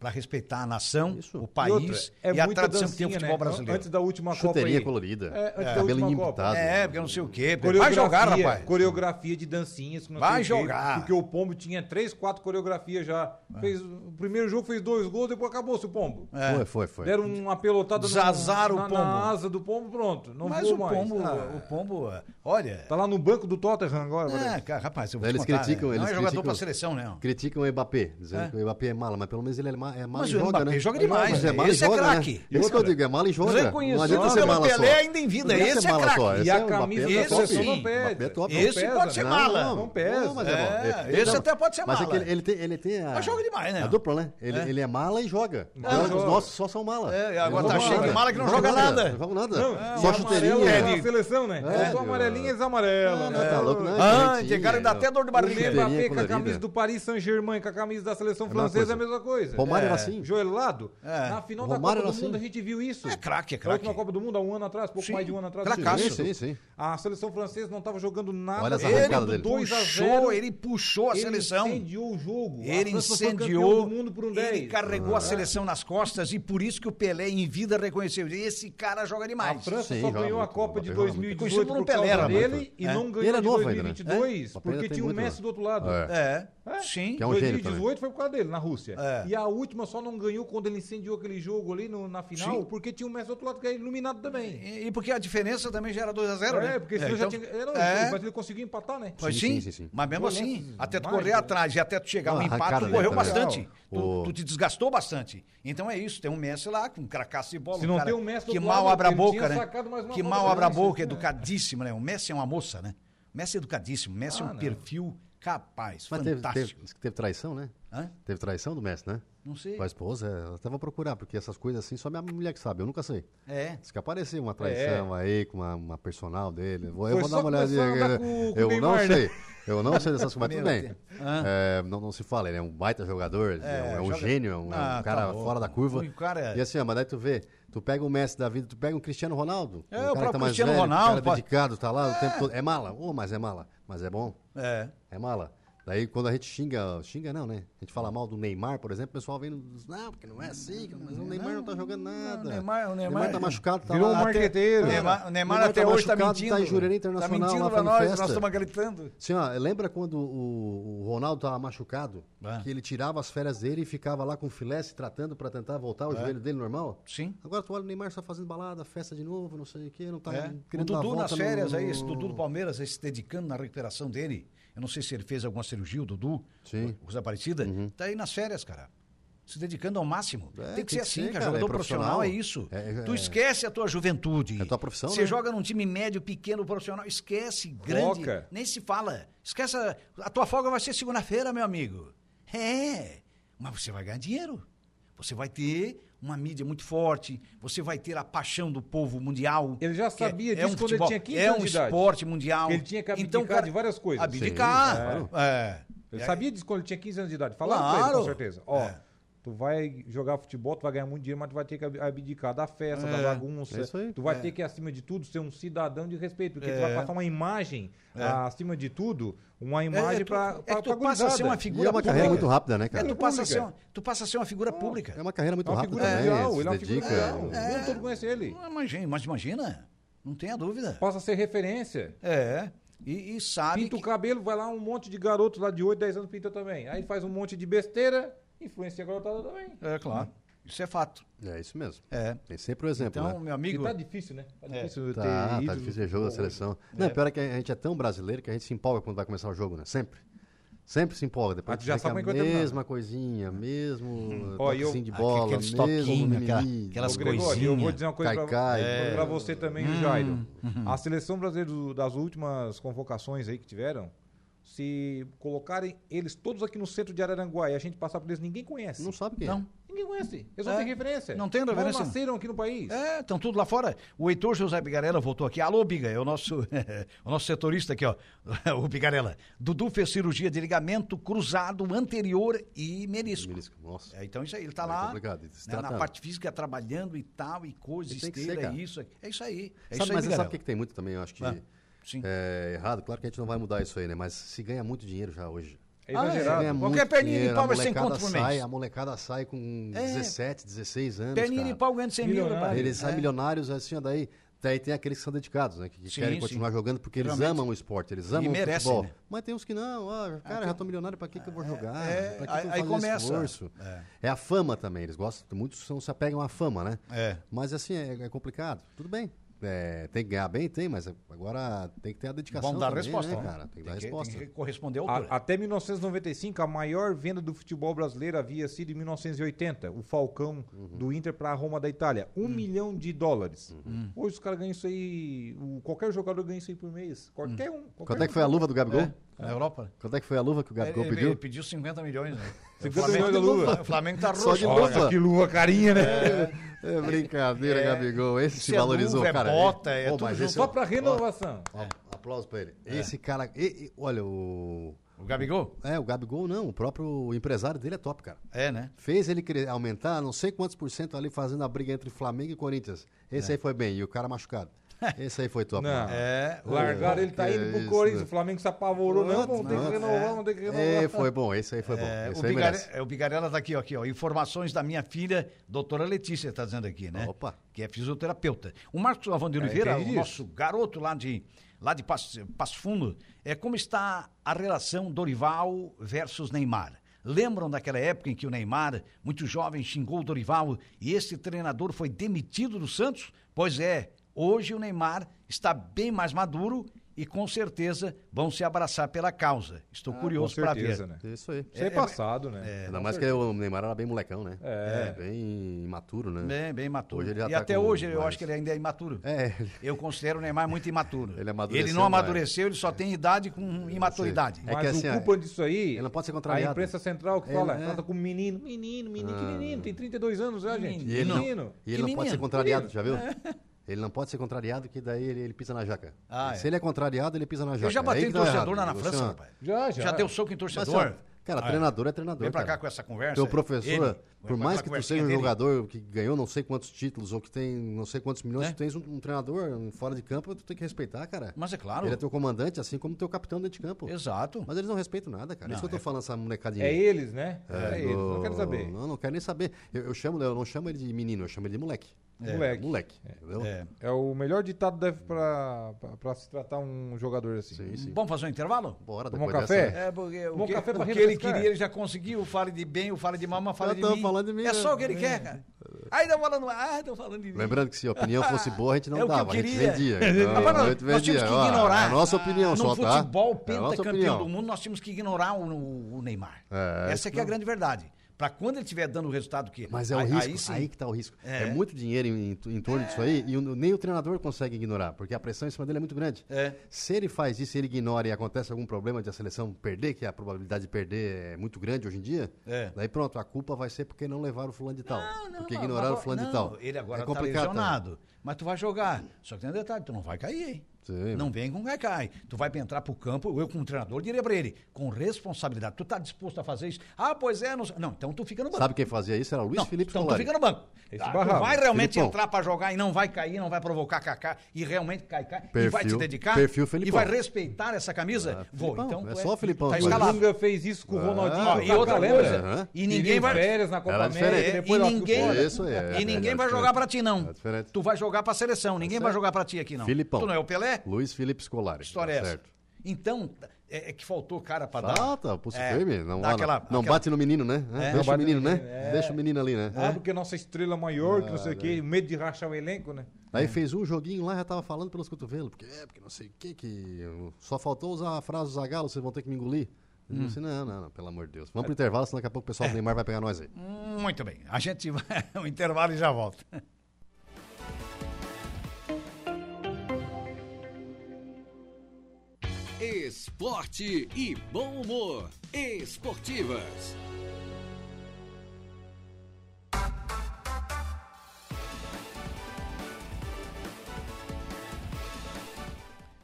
S2: Pra respeitar a nação,
S4: Isso.
S2: o
S3: E outra, é
S2: país né? e, a
S3: muita
S2: tradição que tem o
S3: dancinha,
S2: futebol
S3: né?
S2: brasileiro.
S3: Antes da última Copa
S4: Chuteirinha
S3: aí.
S4: colorida,
S3: É, antes da
S4: cabelinho
S3: última Copa.
S4: imitado.
S2: É, porque eu não sei o quê. porque Vai
S3: Coreografia,
S2: jogar, rapaz.
S3: Coreografia de dancinhas. que não
S2: Vai
S3: sei o quê,
S2: jogar.
S3: Porque o Pombo tinha três, quatro coreografias já.
S4: É.
S3: Fez, o primeiro jogo fez dois gols, depois acabou-se o Pombo.
S2: É.
S4: Foi, foi, É, foi.
S3: Deram uma pelotada no-
S2: Zazaram o
S3: na,
S2: Pombo.
S3: na asa do Pombo, pronto. Não
S2: Mas
S3: voou
S2: o
S3: mais.
S2: pombo,
S3: Ah,
S2: o pombo, olha.
S3: Tá lá no banco do Tottenham
S4: É.
S3: agora.
S2: Ah,
S3: parece.
S2: cara, rapaz, eu vou
S4: Daí
S2: te
S4: eles
S2: contar,
S4: criticam,
S2: né?
S4: eles
S2: não é jogador
S4: criticam-
S2: pra seleção, não.
S4: Criticam o Mbappé, dizendo
S2: É.
S4: que o Mbappé é mala, mas pelo menos ele é ma- é mala
S2: Mas
S4: e
S2: o
S4: joga,
S2: Mbappé
S4: né?
S2: joga
S4: É mala,
S2: demais,
S4: mas
S2: né?
S4: é mala e
S2: Esse é
S4: joga,
S2: craque.
S4: né? Isso que eu digo, é mala e joga.
S2: Reconhecido
S4: Não adianta ser
S2: pelo
S4: mala
S2: Pelé
S4: só.
S2: ainda em vida,
S4: Não adianta
S2: esse
S4: ser
S2: é
S4: mala
S2: craque.
S4: só,
S2: E
S4: esse
S3: a
S4: é- o Mbappé
S3: camisa
S4: é
S2: da
S4: top.
S2: seleção não
S4: O Mbappé
S3: perde.
S4: é top.
S2: Esse
S3: pesa,
S2: pode ser
S3: não,
S2: mala.
S3: não, pesa.
S4: mas é bom.
S2: É,
S4: Ele- ele
S2: esse
S4: dá-
S2: até pode ser
S4: mas
S2: mala.
S4: é que ele, ele tem, ele tem a.
S2: Mas joga demais, né?
S4: A dupla, né? Ele
S2: É.
S4: é, ele é mala e joga.
S3: Não,
S4: Agora
S3: joga.
S4: Os nossos só são mala.
S2: É, e agora
S4: Eles
S2: tá
S4: não jogam
S2: cheio de
S4: nada.
S2: mala que não joga nada.
S4: Não joga nada.
S3: Não, e
S4: só
S3: amarelo
S4: chuteirinha.
S3: é
S2: né?
S3: a seleção, né?
S4: É,
S3: Só
S4: de-
S3: amarelinhas amarelo.
S4: Não, não,
S3: né?
S4: tá louco, né?
S2: Ah,
S4: Gente,
S2: tem cara que dá
S4: não.
S2: até dor de
S3: O
S2: barriga.
S4: Neymar-
S3: Mbappé com a
S4: colorida.
S3: camisa do Paris Saint-Germain, com a camisa da seleção
S4: mesma
S3: francesa, é
S4: coisa.
S3: a mesma coisa.
S4: Romário
S3: é.
S4: era assim.
S3: Joelado.
S2: É.
S3: Na final
S4: Romário
S3: da Copa do
S4: era assim.
S3: Mundo a gente viu isso.
S2: É craque, é
S3: Na
S2: craque.
S3: última Copa do Mundo, há um ano atrás, pouco
S2: Sim.
S3: mais de um ano atrás.
S2: Cracaço.
S4: Sim,
S3: isso.
S4: sim, sim.
S3: A seleção francesa não estava jogando nada.
S4: Olha essa
S3: Ele
S4: arrancada
S3: do
S4: dele.
S3: 2 a
S2: puxou,
S3: 0,
S2: ele puxou a
S3: ele
S2: seleção.
S3: incendiou o jogo.
S2: Ele
S3: a França foi campeão
S2: incendiou,
S3: do mundo por um 10.
S2: ele carregou a seleção nas costas e por isso que o Pelé em vida reconheceu. Esse cara joga
S3: A
S2: demais.
S3: França
S4: Sim,
S3: só
S4: joga
S3: ganhou a
S4: muito,
S3: Copa
S4: o
S3: de
S4: Mbappé joga muito.
S2: Conhecido
S3: 2018
S2: pelo
S3: por causa
S2: Pelé, era
S3: dele
S4: muito.
S3: e
S2: É.
S3: não
S4: Ele
S3: ganhou
S4: é
S3: de
S4: novo ainda, né? É.
S3: 2022
S4: O Mbappé
S3: porque
S4: tem
S3: tinha o
S4: muito, né?
S3: Messi do outro lado.
S4: É.
S2: É, sim.
S4: Que é um gênio também.
S3: 2018 foi por causa dele, na Rússia.
S2: É.
S3: E a última só não ganhou quando ele incendiou aquele jogo ali no- na final,
S2: Sim.
S3: porque tinha o Messi do outro lado que é iluminado também.
S2: E, e porque a diferença também já era 2x0, né?
S3: É, porque senão
S2: então-
S3: já tinha. Era,
S2: É.
S3: Mas ele conseguiu empatar, né?
S2: Foi
S4: Sim,
S2: sim,
S4: sim, sim, sim.
S2: mas mesmo
S3: Goleadas
S2: assim, até tu
S3: mágicas,
S2: correr
S3: né?
S2: atrás e até tu chegar ao
S4: Uma
S2: empate,
S4: arrancada
S2: tu
S4: dele
S2: correu
S4: também.
S2: bastante. Tu,
S4: O-
S2: tu te desgastou bastante. Então é isso, tem um Messi lá, com um cracaço de bola.
S3: Se
S2: um
S3: não
S2: cara
S3: tem o Messi do
S2: que
S3: outro
S2: mal
S3: lado,
S2: abre a
S3: ele
S2: boca,
S3: tinha
S2: né?
S3: sacado mais uma
S2: Que
S3: bola
S2: mal
S3: grande,
S2: abre a boca, é
S3: né?
S2: educadíssimo, né? O Messi é uma moça, né? O Messi é educadíssimo, o Messi é um
S3: Ah, não.
S2: perfil capaz,
S4: Mas teve, teve,
S2: fantástico.
S4: diz que teve traição, né?
S2: Hã?
S4: Teve traição do Messi, né?
S2: Não sei.
S4: Com a esposa, é, eu até vou procurar, porque essas coisas assim só minha mulher que sabe, eu nunca sei.
S2: É.
S4: Diz que apareceu uma traição aí com uma, uma personal dele. Eu vou, eu
S3: Foi
S4: vou dar
S3: só
S4: uma olhadinha.
S3: começar a andar com o- com o
S4: eu
S3: Neymar,
S4: não
S3: né?
S4: sei. Eu não sei dessas coisas, mas
S2: Meu
S4: tudo bem.
S2: Deus. Ah.
S4: É, não, não se fala, ele é um baita jogador, ele é, um- é um
S2: joga-
S4: gênio, é um, é um
S2: Ah, tá
S4: cara
S2: louco.
S4: fora da curva.
S2: O cara- é-
S4: E assim, ó, mas daí tu vê, tu pega o Messi da vida, tu pega um Cristiano Ronaldo.
S2: É, o
S4: um cara que
S2: próprio
S4: tá mais
S2: Cristiano
S4: velho, um
S2: Ronaldo,
S4: cara
S2: pode-
S4: dedicado, tá lá o tempo todo. É mala, ô, mas é mala, mas é bom.
S2: É.
S4: É mala. Daí quando a gente xinga, xinga não, né? A gente fala mal do Neymar, por exemplo, o pessoal vem e diz, não, porque não é assim, que- mas o Neymar não tá jogando nada.
S2: o Neymar- é- o Neymar-
S4: Neymar tá machucado, tá
S3: Virou um
S4: lá.
S3: marqueteiro.
S4: Até-
S2: Neymar- o Neymar até
S4: tá
S2: hoje tá
S4: machucado,
S2: mentindo.
S4: Tá em Jurerê Internacional,
S2: tá mentindo
S4: lá
S2: pra
S4: foi em
S2: nós,
S4: festa.
S2: nós estamos gritando.
S4: Sim, ó, lembra quando o, o Ronaldo estava machucado?
S2: É.
S4: Que ele tirava as férias dele e ficava lá com filé se tratando para tentar voltar o joelho dele normal?
S2: Ah. Sim.
S4: Agora tu olha o Neymar só fazendo balada, festa de novo, não sei o quê, não tá
S2: É. O
S4: querendo dar
S2: Dudu
S4: volta
S2: nas férias
S4: no...
S2: aí, esse Dudu do Palmeiras aí se dedicando na recuperação dele. Eu não sei se ele fez alguma cirurgia, o Dudu,
S4: Sim. Uhum.
S2: o Zé Aparecida, tá aí nas férias, cara. se dedicando ao máximo.
S4: É,
S2: tem que
S4: tem
S2: ser
S4: que
S2: assim,
S4: ser,
S2: cara.
S4: cara, é
S2: Jogador profissional.
S4: profissional.
S2: é isso.
S4: É, é,
S2: tu
S4: é.
S2: esquece a tua juventude.
S4: É tua profissão,
S2: Você
S4: né?
S2: joga num time médio, pequeno, profissional. Esquece, grande.
S3: Foca.
S2: Nem se fala. Esquece. A, a tua folga vai ser segunda-feira, meu amigo. É. Mas você vai ganhar dinheiro. Você vai ter uma mídia muito forte. Você vai ter a paixão do povo mundial.
S3: Ele já
S2: que é-
S3: sabia
S2: é
S3: disso
S2: um
S3: quando ele
S2: futebol-
S3: tinha 15
S2: É
S3: anos
S2: um
S3: de idade.
S2: esporte mundial.
S3: Ele tinha que
S2: Então,
S3: abdicar
S2: cara,
S3: de várias coisas.
S2: Abdicar.
S4: Sim,
S2: é.
S3: Ele
S2: É.
S3: sabia disso quando ele tinha 15 anos de idade. Falaram pra ele,
S2: Claro.
S3: com certeza. Ó,
S2: É.
S3: tu vai jogar futebol, tu vai ganhar muito dinheiro, mas tu vai ter que ab- abdicar da festa, da bagunça.
S4: É isso aí.
S3: Tu vai ter que, acima de tudo, ser um cidadão de respeito. Porque tu vai passar uma imagem, ah, acima de tudo, uma imagem
S2: É. é, tu,
S3: pra,
S2: é que
S3: pra,
S2: tu
S3: pra
S2: passa a ser uma
S3: gurizada.
S4: E
S2: figura
S4: é uma
S2: pública.
S4: carreira muito rápida, né,
S2: É,
S4: cara?
S2: tu, passa a ser
S3: Pública.
S2: um- tu passa a ser uma figura pública.
S4: É uma carreira muito
S3: É uma
S4: rápida
S3: figura
S4: também,
S3: mundial,
S4: se
S3: ele é uma
S4: dedica.
S3: figura mundial. O mundo todo conhece ele.
S2: Ah, mas, gente, mas imagina, não tenha dúvida.
S3: Passa a ser referência.
S2: É, e, e sabe
S3: Pinta o
S2: que-
S3: cabelo, vai lá um monte de garoto lá de 8, 10 anos pinta também. Aí faz um monte de besteira, influencia a garotada também.
S2: É,
S3: Hum.
S2: claro, isso é fato.
S4: É isso mesmo.
S2: É.
S4: Tem sempre o exemplo,
S2: Então,
S4: né?
S2: meu
S3: E
S2: amigo,
S3: tá difícil, né?
S2: É.
S3: Tá difícil ter
S4: Tá, tá
S3: ídolo.
S4: difícil o jogo da seleção. Não, pior é que a gente é tão brasileiro que a gente se empolga quando vai começar o jogo, né? Sempre. Sempre se empolga. Depois
S3: Mas tu já
S4: fica
S3: sabe como
S4: a
S3: é que vai terminar.
S4: mesma coisinha, mesmo
S3: Ó, e eu-
S4: toquezinho de
S2: aqui
S4: bola,
S2: aqueles
S4: mesmo
S2: toquinhos, aquela-
S4: mimimi.
S2: aquelas
S3: Ô, Gregório, eu vou
S2: coisinhas. Hum,
S3: dizer uma coisa
S4: Caicai.
S3: pra, pra você também, o Jairo. A seleção brasileira do- das últimas convocações aí que tiveram, se colocarem eles todos aqui no centro de Araranguá e a gente passar por eles, ninguém conhece.
S4: Não sabe quem é.
S2: não.
S3: Ninguém conhece. Eles não
S2: É.
S3: têm referência.
S2: Não tem referência.
S3: Não nasceram aqui no país.
S2: É, estão tudo lá fora. O Heitor José Bigarella voltou aqui. Alô, Biga, é o nosso, o nosso setorista aqui, ó. o Bigarella. Dudu fez cirurgia de ligamento cruzado anterior e menisco.
S4: Menisco, Nossa.
S2: É, então isso aí, ele tá
S4: É
S2: lá
S4: complicado, ele se
S2: né, na
S4: tratando.
S2: parte física trabalhando e tal, e coisa,
S4: Ele tem que
S2: esteira,
S4: ser, cara.
S2: é isso. É isso aí. É
S4: sabe,
S2: isso aí,
S4: mas sabe
S2: Bigarella.
S4: o que, que tem muito também? Eu acho que
S2: Ah, sim.
S4: é errado. Claro que a gente não vai mudar isso aí, né? Mas se ganha muito dinheiro já hoje.
S3: É
S2: Ah, é.
S3: exagerado.
S2: Qualquer
S4: Ganha Né, muito
S2: perninha de
S4: dinheiro,
S2: pau
S4: a
S2: vai ser
S4: molecada
S2: quanto por
S4: sai-
S2: mês?
S4: A molecada sai com
S2: É.
S4: 17, 16 anos,
S2: Perninha
S4: cara.
S2: de pau ganhando 100 mil.
S3: Milionário.
S2: rapaz.
S4: Eles
S2: É.
S4: são milionários assim, ó, daí. Daí tem aqueles que são dedicados, né? Que que
S2: Sim,
S4: querem
S2: sim.
S4: continuar jogando porque eles
S2: Realmente.
S4: amam o esporte, eles amam
S2: merecem,
S4: o futebol.
S2: né? Ah,
S4: Mas tem uns que não, ó, cara, já tô milionário, pra que, que eu vou jogar?
S2: é,
S4: pra que, que eu vou
S2: aí- aí
S4: fazer
S2: começa.
S4: esforço?
S2: É.
S4: É. a fama também, eles gostam, muitos são, se apegam à fama, né?
S2: É.
S4: Mas assim, é, é complicado, tudo bem. É, tem que ganhar bem, tem, mas agora tem que ter a dedicação
S2: Vão dar
S4: também,
S2: resposta,
S4: né,
S2: né?
S4: cara? Tem que dar
S2: que-
S4: resposta.
S2: tem que corresponder ao
S3: A- até 1995, a maior venda do futebol brasileiro havia sido em 1980, o Falcão
S4: Uhum.
S3: do Inter para a Roma da Itália. Um milhão de dólares. Hoje os caras ganham isso aí. o- qualquer jogador ganha isso aí por mês. Qualquer um. Qualquer
S4: Quanto é
S3: um.
S4: que foi a luva do Gabigol?
S2: Na Europa?
S4: Quanto é que foi a luva que o Gabigol
S2: ele,
S4: pediu?
S2: ele pediu 50 milhões. Né?
S3: 50
S2: O Flamengo-
S3: milhões da luva.
S2: O Flamengo tá roxo.
S4: Só de
S2: agora.
S4: luva.
S3: Que luva carinha, né?
S4: É brincadeira, Gabigol. Esse se
S2: tá. é
S4: valorizou,
S2: luva, é
S4: cara.
S2: bota, é tudo
S4: mas
S2: junto. É.
S4: esse
S3: Só para renovação.
S4: Ó, Aplauso pra ele. Esse cara. e- e- olha, o.
S2: O Gabigol?
S4: É, o Gabigol não. O próprio empresário dele é top, cara.
S2: É, né?
S4: Fez ele cre- aumentar não sei quantos por cento ali fazendo a briga entre Flamengo e Corinthians. Esse aí foi bem. E o cara machucado. Esse aí foi top.
S3: Não.
S4: mano.
S2: É.
S3: Largaram, ele tá
S4: que
S3: indo pro
S4: isso,
S3: Corinthians.
S4: né?
S3: O Flamengo se apavorou. Não, vamos ter que
S4: Não,
S3: renovar, vamos ter que renovar.
S4: É, foi bom. Esse aí foi bom.
S2: É, o,
S4: Esse aí
S2: Bigare-
S4: merece.
S2: é, o Bigarella tá aqui, ó, aqui, ó. Informações da minha filha, doutora Letícia, tá dizendo aqui, né?
S4: Opa.
S2: Que é fisioterapeuta. O Marcos Avon de Oliveira, o
S3: É, entendi
S2: nosso garoto lá de, lá de Passo, Passo Fundo, é como está a relação Dorival versus Neymar. Lembram daquela época em que o Neymar, muito jovem, xingou o Dorival e esse treinador foi demitido do Santos? Pois é, hoje o Neymar está bem mais maduro e com certeza vão se abraçar pela causa. Estou curioso
S3: Ah, Com
S2: para ver.
S3: certeza, né?
S4: Isso aí.
S3: Isso é, passado, né?
S2: é,
S4: Ainda mais que o Neymar era bem molecão, né? É. Bem imaturo, né?
S2: Bem, bem imaturo.
S4: Hoje ele já
S2: e
S4: tá
S2: até
S4: com
S2: hoje eu
S4: mais-
S2: acho que ele ainda é imaturo.
S4: É,
S2: Eu considero o Neymar muito imaturo.
S4: Ele amadureceu
S2: ele não
S4: mais.
S2: amadureceu, ele só tem idade com imaturidade.
S4: É
S3: Mas
S4: que assim,
S3: o
S4: ó,
S3: culpa disso aí.
S4: ele não pode ser
S3: A
S4: contrariado.
S3: imprensa central que
S4: Ele
S3: fala,
S4: é-
S3: trata como menino. Menino, menino, que menino. Tem 32 anos já, gente.
S4: E ele não,
S3: menino.
S4: e ele
S2: Que
S4: não pode
S2: menino.
S4: ser
S2: É.
S4: contrariado, já viu? Ele não pode ser contrariado, que daí ele, ele pisa na jaca.
S2: Ah, é.
S4: Se ele é contrariado, ele pisa na jaca.
S2: Eu já
S4: É aí
S2: bati
S4: que
S2: em
S4: dá
S2: torcedor
S4: errado,
S2: lá na
S4: você
S2: França,
S4: não-
S2: rapaz.
S3: Já, já.
S2: deu soco em
S4: Mas,
S2: torcedor.
S4: ó, cara,
S2: Ah,
S4: treinador é treinador.
S2: Vem pra
S4: cara.
S2: cá com essa conversa.
S4: Teu professor,
S2: Ele. Vem
S4: por
S2: pra
S4: mais
S2: cá
S4: que
S2: com
S4: tu
S2: essa
S4: seja um
S2: dele. Né?
S4: jogador que ganhou não sei quantos títulos ou que tem não sei quantos milhões, tu tens um, um treinador fora de campo, tu tem que respeitar, cara.
S2: Mas é claro.
S4: Ele é teu comandante, assim como teu capitão dentro de campo.
S2: Exato.
S4: Mas eles não respeitam nada, cara. É Isso que eu tô falando, essa molecadinha.
S3: É eles, né? É, eles.
S4: Eu
S3: Não quero saber.
S4: Não, não quero nem saber. Eu, eu chamo, eu não chamo ele de menino, eu chamo ele de moleque.
S3: Moleque.
S4: Moleque. entendeu?
S2: É.
S3: É o melhor ditado deve pra, pra, pra se tratar um jogador assim.
S2: Vamos fazer um intervalo?
S4: Bora,
S3: Tomar um
S4: depois
S3: café?
S4: dessa-
S2: É, porque o
S3: Bom
S2: que,
S3: café pra
S2: o que ele
S3: refrescar.
S2: queria, ele já conseguiu. O fale de bem, o fale de mal, mas fale
S4: Eu
S2: de
S4: tô
S2: mim.
S4: falando de mim,
S2: é
S4: né?
S2: só o que ele quer, cara. Aí tá falando, ah, tô falando de mim.
S4: Lembrando que se a opinião fosse boa, a gente não
S2: É o que eu
S4: dava, a gente
S2: queria.
S4: vendia. Então,
S2: Rapaz, nós-
S4: a gente
S2: nós tínhamos que
S4: Ó,
S2: ignorar.
S4: É a nossa opinião
S2: no
S4: só, tá?
S2: futebol
S4: É a nossa
S2: pentacampeão
S4: opinião.
S2: do mundo, nós tínhamos que ignorar o, o- o Neymar.
S4: É,
S2: Essa que é a grande verdade. Para quando ele estiver dando o resultado que.
S4: Mas é o
S2: aí,
S4: risco,
S2: Aí, sim.
S4: aí que tá o risco.
S2: É.
S4: É, muito dinheiro em, em- em torno disso aí e o- nem o treinador consegue ignorar, porque a pressão em cima dele é muito grande.
S2: É.
S4: Se ele faz isso, ele ignora e acontece algum problema de a seleção perder, que a probabilidade de perder é muito grande hoje em dia,
S2: É.
S4: daí pronto, a culpa vai ser porque não levaram o fulano de tal,
S2: Não, não,
S4: porque
S2: mas
S4: ignoraram o
S2: agora-
S4: fulano de
S2: não,
S4: tal.
S2: Ele agora
S4: é
S2: está tá
S4: complicado.
S2: lesionado. Mas tu vai jogar. Só que tem um detalhe, tu não vai cair, hein?
S4: Sim.
S2: Não vem com cai cai. Tu vai pra entrar pro campo, eu como treinador diria pra ele, com responsabilidade. Tu tá disposto a fazer isso? Ah, pois é, não. sei. Não, então tu fica no banco.
S4: Sabe quem fazia isso? Era o Luiz
S2: não,
S4: Felipe
S2: então
S4: Scolari.
S2: tu fica no banco.
S3: Esse
S2: Ah, tu
S3: barrava.
S2: vai realmente
S4: Felipão.
S2: entrar pra jogar e não vai cair, não vai provocar cacá e realmente cai cai e vai te
S4: Perfil-
S2: dedicar
S4: perfil
S2: e
S4: Felipão.
S2: vai respeitar essa camisa. Vou,
S4: Felipão,
S2: então
S4: é
S2: tu
S4: só o Felipão
S2: Tá
S4: que
S3: O
S4: Escalado.
S2: escalado.
S3: Dunga fez isso com o Ronaldinho.
S4: Ah,
S3: com o
S2: e outra
S3: Kaká,
S2: coisa,
S3: lembra?
S4: Aham.
S2: e
S3: Queria
S2: ninguém
S3: ir
S2: vai
S3: férias na Copa
S4: Era
S3: América.
S4: diferente.
S2: É,
S3: depois
S2: e
S3: lá ficou
S2: ninguém,
S3: fora.
S4: Isso aí, é
S2: e ninguém
S4: verdade,
S2: vai
S4: é
S2: jogar
S4: diferente.
S2: pra ti, não.
S4: É diferente. é
S2: tu vai jogar pra seleção, ninguém vai jogar pra ti aqui, não.
S4: Filipão.
S2: Tu não é o Pelé?
S4: Luiz Felipe Scolari.
S2: Que história é
S4: Tá
S2: essa?
S4: certo. Tá,
S2: Então, é, é que faltou cara pra dar.
S4: Falta, o Pulse
S2: É,
S4: Firme. Não,
S2: dá
S4: não-
S2: aquela-
S4: não
S2: aquela-
S4: bate no menino, né?
S2: É. Não
S4: Deixa
S3: bate
S4: o menino,
S3: no
S4: né?
S3: menino, é.
S4: Deixa o menino ali, né?
S3: Ah, porque é nossa estrela maior,
S4: Ah,
S3: que não sei o quê, medo de rachar o elenco, né?
S4: Aí fez um joguinho lá, já tava falando pelos cotovelos, porque é, porque não sei o que, que. eu- Só faltou usar a frase do Zagalo, vocês vão ter que me engolir. Eu disse, não, não, não, pelo amor de Deus. Vamos pro intervalo, senão daqui a pouco o
S2: É.
S4: pessoal do Neymar vai pegar nós aí.
S2: Muito bem. A gente vai ao intervalo e já volta.
S1: Esporte e bom humor. Esportivas.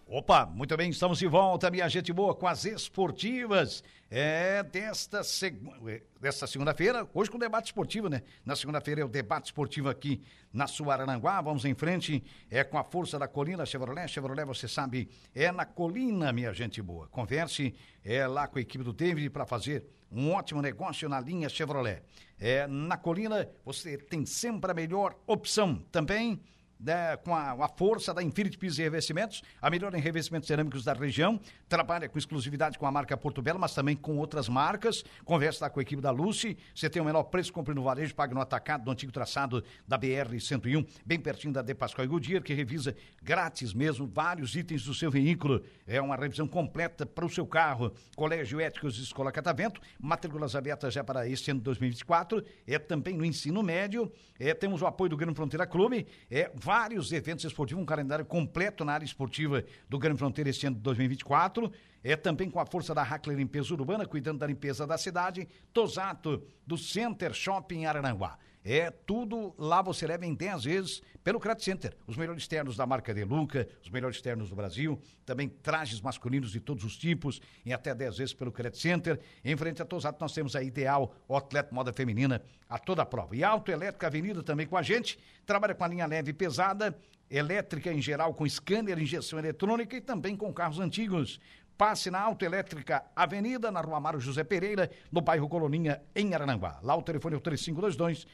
S2: Opa, muito bem, estamos de volta, minha gente boa, com as esportivas. É desta, segu... é, desta segunda-feira, hoje com o debate esportivo, né? Na segunda-feira é o debate esportivo aqui na Suarananguá. Vamos em frente, é com a força da Colina Chevrolet. Chevrolet, você sabe, é na Colina, minha gente boa. Converse é lá com a equipe do David para fazer um ótimo negócio na linha Chevrolet. É na Colina, você tem sempre a melhor opção. Também né, com a, a força da Infinity Pisos e Revestimentos, a melhor em revestimentos cerâmicos da região, trabalha com exclusividade com a marca Porto Belo, mas também com outras marcas, conversa lá com a equipe da Lucy, você tem o menor preço, compre no varejo, pague no atacado, no antigo traçado da BR-101, bem pertinho da De Pascoal e Goodyear, que revisa grátis mesmo vários itens do seu veículo, é uma revisão completa para o seu carro, Colégio Éticos e Escola Catavento, matrículas abertas já para este ano 2024, é também no ensino médio, é, temos o apoio do Grande Fronteira Clube, é, vários eventos esportivos, um calendário completo na área esportiva do Grande Fronteira este ano de 2024. É também com a força da Hackler Limpeza Urbana, cuidando da limpeza da cidade, Tosato, do Center Shopping Araranguá. É tudo lá você leva em 10 vezes pelo Crat Center. Os melhores ternos da marca Deluca, os melhores ternos do Brasil, também trajes masculinos de todos os tipos, em até 10 vezes pelo Credit Center. Em frente a Tosato, nós temos a Ideal, o atleta moda feminina a toda prova. E a Autoelétrica Avenida também com a gente, trabalha com a linha leve e pesada, elétrica em geral, com scanner, injeção eletrônica e também com carros antigos. Passe na Autoelétrica Avenida, na Rua Amaro José Pereira, no bairro Coloninha, em Arananguá. Lá o telefone é o 3522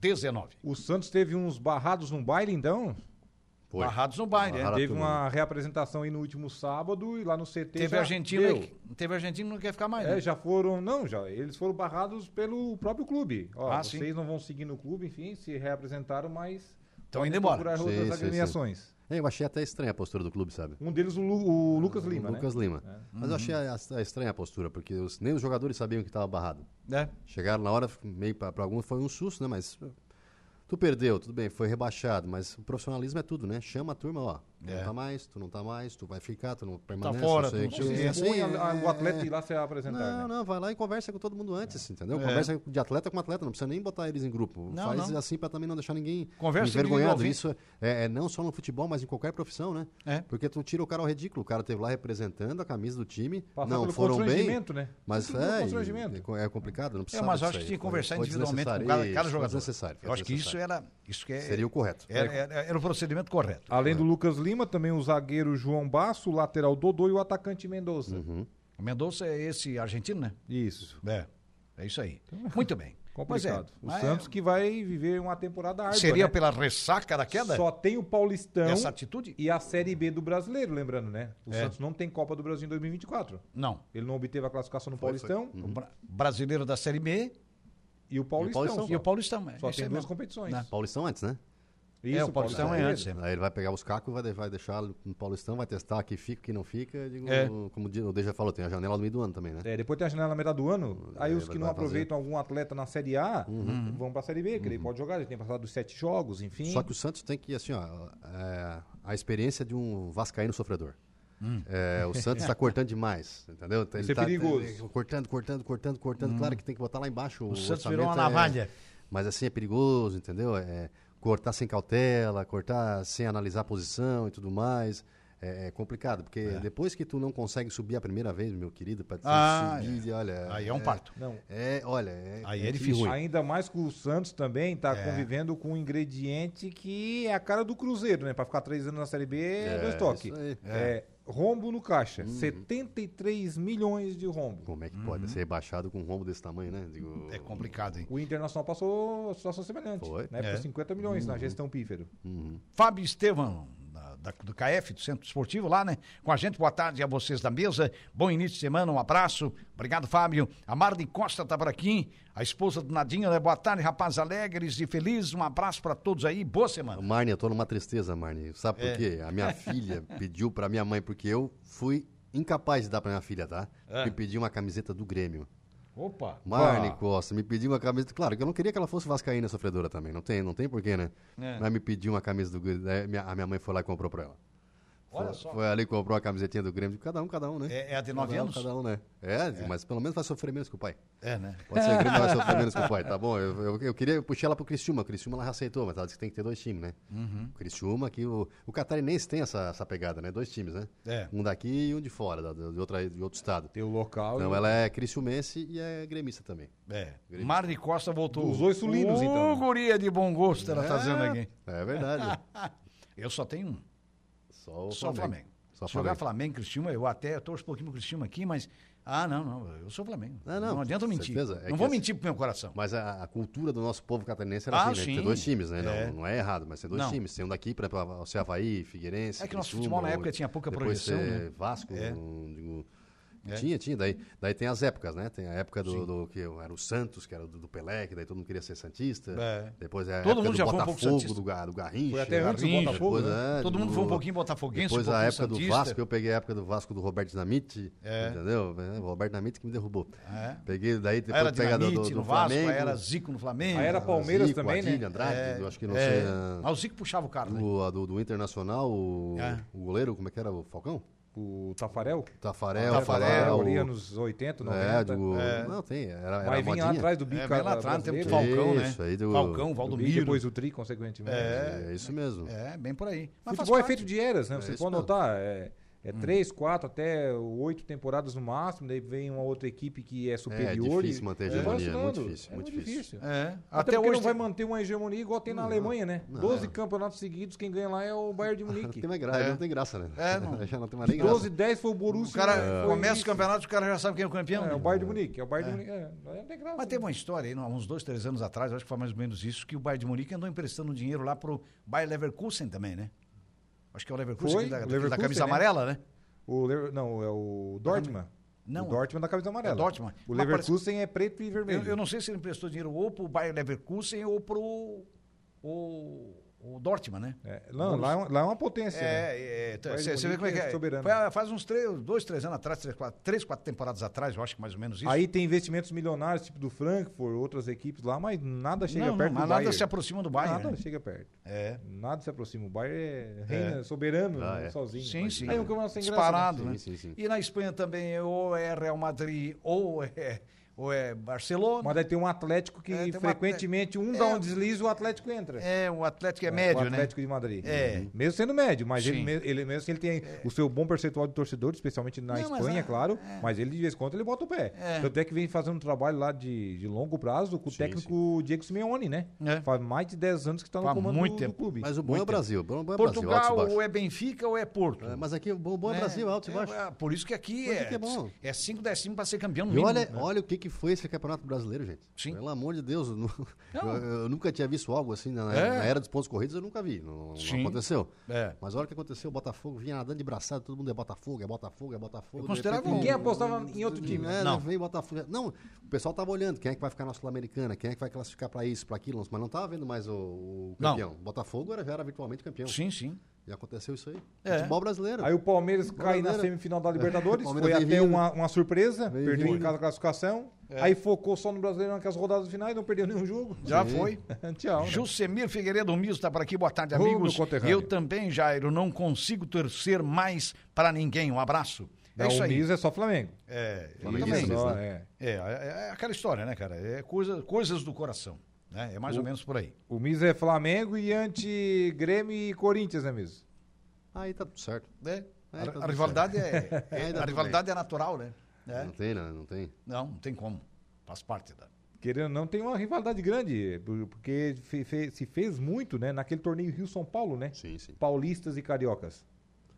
S2: 0219.
S3: O Santos teve uns barrados num baile, então.
S4: Foi.
S2: Barrados no baile, né?
S4: Barrados. Para
S3: teve
S4: tudo,
S3: uma reapresentação aí no último sábado e lá no CT.
S2: Teve
S3: já
S2: Argentina,
S3: deu.
S2: que- teve Argentina que não quer ficar mais. né?
S3: É, já foram, não, já, eles foram barrados pelo próprio clube. Ó,
S2: Ah,
S3: vocês não vão seguir no clube, enfim, se reapresentaram, mas
S2: Estão Então indo
S3: podem
S2: embora.
S3: procurar
S4: Sim,
S3: outras
S4: sim, sim.
S3: agremiações.
S4: É, Eu achei até estranha a postura do clube, sabe?
S3: Um deles o, Lu- o Lucas Lima,
S4: O Lucas
S3: né?
S4: Lima.
S2: É.
S4: Mas eu achei a,
S2: Uhum.
S4: a estranha a postura, porque os- nem os jogadores sabiam que estava barrado. Chegaram na hora, meio para alguns foi um susto, né? Mas tu perdeu, tudo bem, foi rebaixado, mas o profissionalismo é tudo, né? Chama a turma, ó. Tu
S3: É.
S4: não tá mais, tu não tá mais, tu vai ficar, tu não
S3: tá
S4: permanece.
S2: fora,
S4: não sei
S2: tu não
S4: o quê.
S3: Se
S2: Sim,
S3: expõe
S4: Assim,
S3: a- a- o atleta
S4: é.
S3: ir lá se apresentar,
S4: Não,
S3: né? É.
S4: não, vai lá e conversa com todo mundo antes, entendeu? Conversa de atleta com atleta, não precisa nem botar eles em grupo.
S2: Não,
S4: Faz
S2: não.
S4: assim para também não deixar ninguém
S2: Conversa
S4: envergonhado.
S2: individualmente.
S4: Isso é, é não só no futebol, mas em qualquer profissão, né?
S2: É.
S4: Porque tu tira o cara ao ridículo. O cara teve lá representando a camisa do time,
S3: Passar
S4: não
S3: pelo
S4: foram bem.
S3: constrangimento, né?
S4: Mas
S3: Tudo pelo
S4: é,
S3: constrangimento.
S4: e- é complicado, não precisa.
S2: É, mas eu acho que tinha que conversar individualmente com cada, cada jogador.
S4: Necessário,
S2: eu acho que isso era. Isso que é-
S4: Seria o correto.
S2: Era, era- era o procedimento correto.
S3: Além do Lucas Lima, também o zagueiro João Basso, o lateral Dodô e o atacante Mendonça.
S2: Uhum. O Mendonça é esse argentino, né?
S3: Isso.
S2: É. É isso aí. Muito bem. Pois é,
S3: Complicado. o
S2: mas
S3: Santos que vai viver uma temporada árdua,
S2: Seria
S3: né?
S2: pela ressaca da queda?
S3: Só tem o Paulistão
S2: Essa atitude?
S3: e a Série B do Brasileiro, lembrando, né? O
S2: É.
S3: Santos não tem Copa do Brasil em 2024.
S2: Não.
S3: Ele não obteve a classificação no Paulistão
S4: Uhum.
S2: O bra- brasileiro da Série B
S3: e o Paulistão.
S4: Paulistão.
S2: e o Paulistão. é
S3: Só
S2: isso
S3: tem
S2: aí
S3: duas
S2: mesmo.
S3: competições.
S2: Né?
S4: Paulistão antes, né?
S2: é, o
S3: Paulo
S2: Paulistão é
S3: Sérgio.
S2: antes. é.
S4: Aí ele vai pegar os cacos, vai, de- vai deixar no Paulistão, vai testar que fica, que não fica. Eu digo,
S3: É.
S4: Como o Di- o Deja falou, tem a janela no meio do ano também, né?
S3: É, depois tem a janela na metade do ano, aí
S4: É,
S3: os que
S4: vai- vai fazer.
S3: não
S4: Uhum.
S3: aproveitam algum atleta na Série A vão pra Série B, que ele pode jogar, ele tem passado dos sete jogos, enfim.
S4: Só que o Santos tem que, assim, ó, é, a experiência de um vascaíno sofredor.
S2: Hum.
S4: É, o Santos está cortando demais, entendeu? Ele
S3: Isso é
S4: tá-
S3: perigoso.
S4: tá- cortando, cortando, cortando, cortando. Claro que tem que botar lá embaixo. O,
S2: Santos virou
S4: orçamento é-
S2: uma
S3: é
S2: navalha.
S4: mas assim é perigoso, entendeu? É, cortar sem cautela, cortar sem analisar a posição e tudo mais. É, é complicado, porque depois que tu não consegue subir a primeira vez, meu querido, para
S2: Ah,
S4: subir, olha.
S2: Aí é um parto.
S3: Não.
S4: É, olha. é-
S2: Aí é
S3: um
S2: difícil. Ui.
S3: Ainda mais que o Santos também tá convivendo com um ingrediente que é a cara do Cruzeiro, né? Pra ficar três anos na Série B é, dois toques.
S4: isso aí.
S3: É, rombo no caixa. 73 milhões de rombo.
S4: Como é que pode ser rebaixado com um rombo desse tamanho, né? Digo,
S2: Uhum. É complicado, hein?
S3: O Internacional passou situação semelhante,
S4: Foi.
S3: né?
S2: É.
S3: Por 50 milhões na gestão pífero.
S2: Fábio Estevão, da, da- do KF, do Centro Esportivo, lá, né? Com a gente, boa tarde a vocês da mesa. Bom início de semana, um abraço. Obrigado, Fábio. A Marli Costa tá por aqui, a esposa do Nadinho, né? Boa tarde, rapaz alegres e felizes. Um abraço pra todos aí, boa semana.
S4: Marne, eu tô numa tristeza, Marne. Sabe por
S2: É.
S4: quê? A minha filha pediu pra minha mãe, porque eu fui incapaz de dar pra minha filha, tá?
S2: É.
S4: Me pediu uma camiseta do Grêmio.
S3: Opa!
S4: Marne Costa, me pediu uma camisa. Claro, que eu não queria que ela fosse vascaína sofredora também. Não tem, não tem porquê, né? Mas me pediu uma camisa do Grêmio. daí minha- a minha mãe foi lá e comprou pra ela.
S2: Olha
S4: foi,
S2: só.
S4: Foi ali e comprou a camisetinha do Grêmio. Cada um, cada um, né?
S2: É- é a de
S4: Cada
S2: nove
S4: um,
S2: anos?
S4: Cada um, né? É, mas pelo menos vai sofrer menos que o pai.
S2: É, né?
S4: Pode ser Grêmio, mas sofrer menos que o pai, tá bom? Eu, eu, eu queria puxar ela pro Criciúma. O Criciúma ela já aceitou, mas ela disse que tem que ter dois times, né? O Criciúma, que o, o Catarinense tem essa, essa pegada, né? Dois times, né?
S2: É.
S4: Um daqui e um de fora, da- de, outra, de outro estado.
S3: Tem o local
S4: Então
S3: e
S4: ela é criciumense e é gremista também.
S2: É. Marli Costa voltou.
S3: Dos dois sulinos, então.
S2: Ô, guria de bom gosto, ela tá dizendo aqui.
S4: É verdade.
S2: Eu só tenho um.
S4: Só o
S2: Só Flamengo.
S4: Só
S2: Se jogar
S4: Flamengo.
S2: Flamengo, Cristina, eu até torço um pouquinho pro Cristina aqui, mas. Ah, não, não, eu sou Flamengo.
S4: Ah, não,
S2: adianta eu
S4: com
S2: mentir.
S4: certeza. É
S2: não
S4: que
S2: vou
S4: assim-
S2: mentir pro meu coração.
S4: Mas a, a cultura do nosso povo catarinense era
S2: Ah,
S4: assim, né?
S2: sim.
S4: Tem dois times, né?
S2: É.
S4: Não, não é errado, mas tem dois
S2: Não.
S4: times. Tem um daqui para ser Havaí, Figueirense.
S2: É que nosso
S4: Criciúma,
S2: futebol na
S4: ou-
S2: época tinha pouca
S4: depois
S2: projeção,
S4: ser
S2: né?
S4: Vasco,
S2: É.
S4: um, digo, Tinha, tinha. Daí, daí tem as épocas, né? Tem a época do, do que era o Santos, que era do, do Pelé, que daí todo mundo queria ser Santista.
S2: É.
S4: Depois é a
S2: Todo
S4: época
S2: mundo
S4: do
S2: já foi um pouco
S4: Botafogo,
S2: santista.
S4: do, Ga- do Garrincha.
S3: Foi até antes do
S2: Garrincha,
S3: Botafogo, né?
S4: depois, é,
S2: Todo mundo foi um
S4: do-
S2: pouquinho botafoguense,
S4: Depois
S2: um
S4: a
S2: pouquinho
S4: época do
S2: santista.
S4: Vasco, eu peguei a época do Vasco do Roberto Dinamite, entendeu? É, O Roberto Dinamite que me derrubou.
S2: É.
S4: Peguei, daí depois
S2: Era
S4: pega do,
S2: Dinamite
S4: do, do
S2: no Vasco,
S4: Flamengo.
S2: aí era Zico no Flamengo.
S3: Aí era
S4: o
S3: Palmeiras
S4: Zico,
S3: também, né?
S4: Adílio, Andrade, eu acho que não
S2: É,
S4: sei. a-
S2: Mas o Zico puxava o carro, né?
S4: do, a do, do Internacional, o,
S2: É.
S4: o goleiro, como é que era? O Falcão?
S3: o Tafarel.
S4: Tafarel,
S2: Tafarel,
S4: Tafarel.
S3: maioria nos 80, 90.
S4: É, digo, não tem, era, era
S3: Mas vinha lá
S4: modinha.
S3: atrás do
S2: É,
S3: bica
S2: bem lá atrás, no tempo do
S3: brasileiro,
S2: Falcão, né?
S4: Isso, aí do-
S2: Falcão,
S3: do Bi,
S2: Valdomiro.
S3: depois do Tri, consequentemente.
S4: É isso mesmo.
S2: É, bem por aí. Mas faz
S3: Futebol é
S2: parte.
S3: feito de eras, né? Você
S4: isso
S3: pode
S4: mesmo. Hum.
S3: notar, é, é três, quatro, até oito temporadas no máximo, daí vem uma outra equipe que é superior.
S4: difícil
S3: e-
S4: manter
S3: e
S4: hegemonia,
S3: vai
S4: é muito
S3: oscilando.
S4: difícil,
S3: É
S4: muito
S3: muito difícil.
S2: É.
S3: Até,
S2: Até,
S3: porque
S2: hoje.
S3: não vai
S2: tem-
S3: manter uma hegemonia igual tem na Alemanha, né? 12 campeonatos seguidos, quem ganha lá é o Bayern de
S4: Não
S3: Munique.
S4: tem mais graça, não tem graça, né?
S2: É, não.
S4: Já não tem mais nem graça.
S3: 12, 10 foi o
S2: O
S3: Borussia.
S2: cara
S4: É.
S3: né? foi
S2: começa o
S3: isso.
S2: campeonato, o cara já sabe quem é o campeão.
S3: É,
S2: né?
S3: o Bayern de Munique. É o Bayern de Munique. É, não tem graça.
S2: Mas teve uma história aí, não, há uns dois, três anos atrás, acho que foi mais ou menos isso, que o Bayern de Munique andou emprestando dinheiro lá pro Bayer Leverkusen também, né? Acho que é o Leverkusen,
S3: Foi,
S2: que da, daquele da
S3: Leverkusen,
S2: camisa
S3: né?
S2: amarela, né?
S3: O Lever- Não, é o Dortmund.
S2: Não.
S3: O Dortmund da camisa amarela.
S2: É Dortmund.
S3: O
S2: Mas
S3: Leverkusen é preto e
S2: Eu,
S3: vermelho.
S2: eu não sei se ele emprestou dinheiro ou pro Bayer Leverkusen ou pro o, o Dortmund, né?
S3: É, não, lá, é um- lá é uma potência. né?
S2: É, é, tá,
S3: Bayern
S2: você
S3: de
S2: você vê como é que
S3: Munique é
S2: é.
S3: soberano.
S2: Foi, ah, faz uns três, dois, três anos atrás, três quatro, três, quatro temporadas atrás, eu acho que mais ou menos isso.
S3: Aí tem investimentos milionários, tipo do Frankfurt, outras equipes lá, mas nada chega
S2: não, não,
S3: perto
S2: mas
S3: do
S2: nada
S3: Bayern.
S2: se aproxima do Bayern.
S3: Nada
S2: né?
S3: chega perto.
S2: É.
S3: Nada se aproxima. O Bayern é reina, soberano,
S4: Ah,
S3: né,
S4: é.
S3: sozinho.
S2: Sim, sim.
S3: Aí é um campeonato sem graça,
S2: Disparado,
S4: né?
S2: né?
S4: Sim, sim, sim.
S2: E na Espanha também ou é Real Madrid ou é, ou é Barcelona.
S3: Mas daí tem um Atlético que
S2: É, tem um
S3: frequentemente um
S2: Atlético.
S3: dá
S2: É.
S3: um deslize e o Atlético entra.
S2: É, o Atlético é,
S3: o
S2: médio, né?
S3: Atlético de Madrid. Uhum.
S2: É.
S3: Mesmo sendo médio, mas ele,
S2: Sim. É.
S3: me- ele mesmo assim, ele tem o seu bom percentual de torcedores, especialmente na
S2: Não, mas
S3: Espanha, é
S2: a-
S3: claro. Mas ele, de vez em quando, ele bota o pé.
S2: É.
S3: Tanto é que vem fazendo um trabalho lá de, de longo prazo com o técnico Diego Simeone, né?
S2: É.
S3: Faz mais de 10 anos que está no
S2: Faz
S3: comando
S2: muito
S3: do,
S2: tempo.
S3: do clube.
S4: Mas o bom é o Brasil. O bom é o Brasil,
S2: Portugal
S4: alto e
S2: ou
S4: baixo.
S2: é Benfica ou é Porto.
S4: É, Mas aqui o bom bom é
S2: Né?
S4: Brasil, alto e
S2: É,
S4: baixo.
S2: é, por isso que aqui
S4: Mas
S2: é,
S4: aqui é bom.
S2: é cinco décimos para ser campeão no
S4: E
S2: mínimo.
S4: olha, olha o que, que que foi esse campeonato brasileiro, gente.
S2: Sim.
S4: Pelo amor de Deus, eu, nu-
S3: Não.
S4: eu- eu nunca tinha visto algo assim. Na, na-
S2: É.
S4: na era dos pontos corridos eu nunca vi. Não, não
S2: Sim.
S4: aconteceu.
S2: É.
S4: Mas a hora que aconteceu, o Botafogo vinha nadando de braçada, todo mundo é Botafogo, é Botafogo, é Botafogo.
S2: Eu
S4: de
S2: considerava
S4: repente-
S2: um-
S3: Ninguém apostava em outro time.
S2: Não.
S4: É, não. veio Botafogo. Não, o pessoal tava olhando quem é que vai ficar na Sul-Americana, quem é que vai classificar para isso, para aquilo, mas não tava vendo mais o, o
S2: Não.
S4: campeão. Botafogo era, já era virtualmente campeão.
S2: Sim, sim.
S4: E aconteceu isso aí.
S2: É.
S4: Futebol brasileiro.
S3: Aí o Palmeiras cai na
S4: Palmeiras-
S3: semifinal da Libertadores,
S4: O Palmeiras
S3: foi
S4: vem
S3: até
S4: vindo.
S3: uma, uma surpresa,
S4: Vem
S3: perdeu em
S4: vindo.
S3: casa a classificação. Aí focou só no Brasileirão naquelas rodadas finais, não perdeu nenhum jogo.
S2: É. Já
S4: Sim.
S2: foi.
S3: Tchau. né?
S2: Jusemir Figueiredo Miso está por aqui. Boa tarde,
S3: Ô, meu
S2: amigos.
S3: conterrâneo.
S2: Eu também, Jairo, não consigo torcer mais para ninguém. Um abraço. É
S3: Não,
S2: isso
S3: o
S2: aí.
S3: Miz é só Flamengo.
S2: É,
S4: Flamengo
S2: também.
S4: e Miz,
S3: Só,
S4: né?
S3: é.
S2: É, é, é aquela história, né, cara? É coisa, coisas do coração. Né? É mais ou menos por aí.
S3: O Miz é Flamengo e anti Grêmio e Corinthians, né, Miz?
S4: Aí tá tudo certo.
S2: né?
S4: É,
S2: A-
S4: tá
S2: a,
S4: tudo
S2: rivalidade é,
S4: É, tá
S2: a
S4: tudo
S2: rivalidade é natural, né? É.
S4: Não tem, né? Não tem.
S2: Não, não tem como. Faz parte da.
S3: Querendo ou não, tem uma rivalidade grande, por- porque fe- fe- se fez muito, né, naquele torneio Rio-São Paulo, né?
S4: Sim, sim.
S3: Paulistas e cariocas.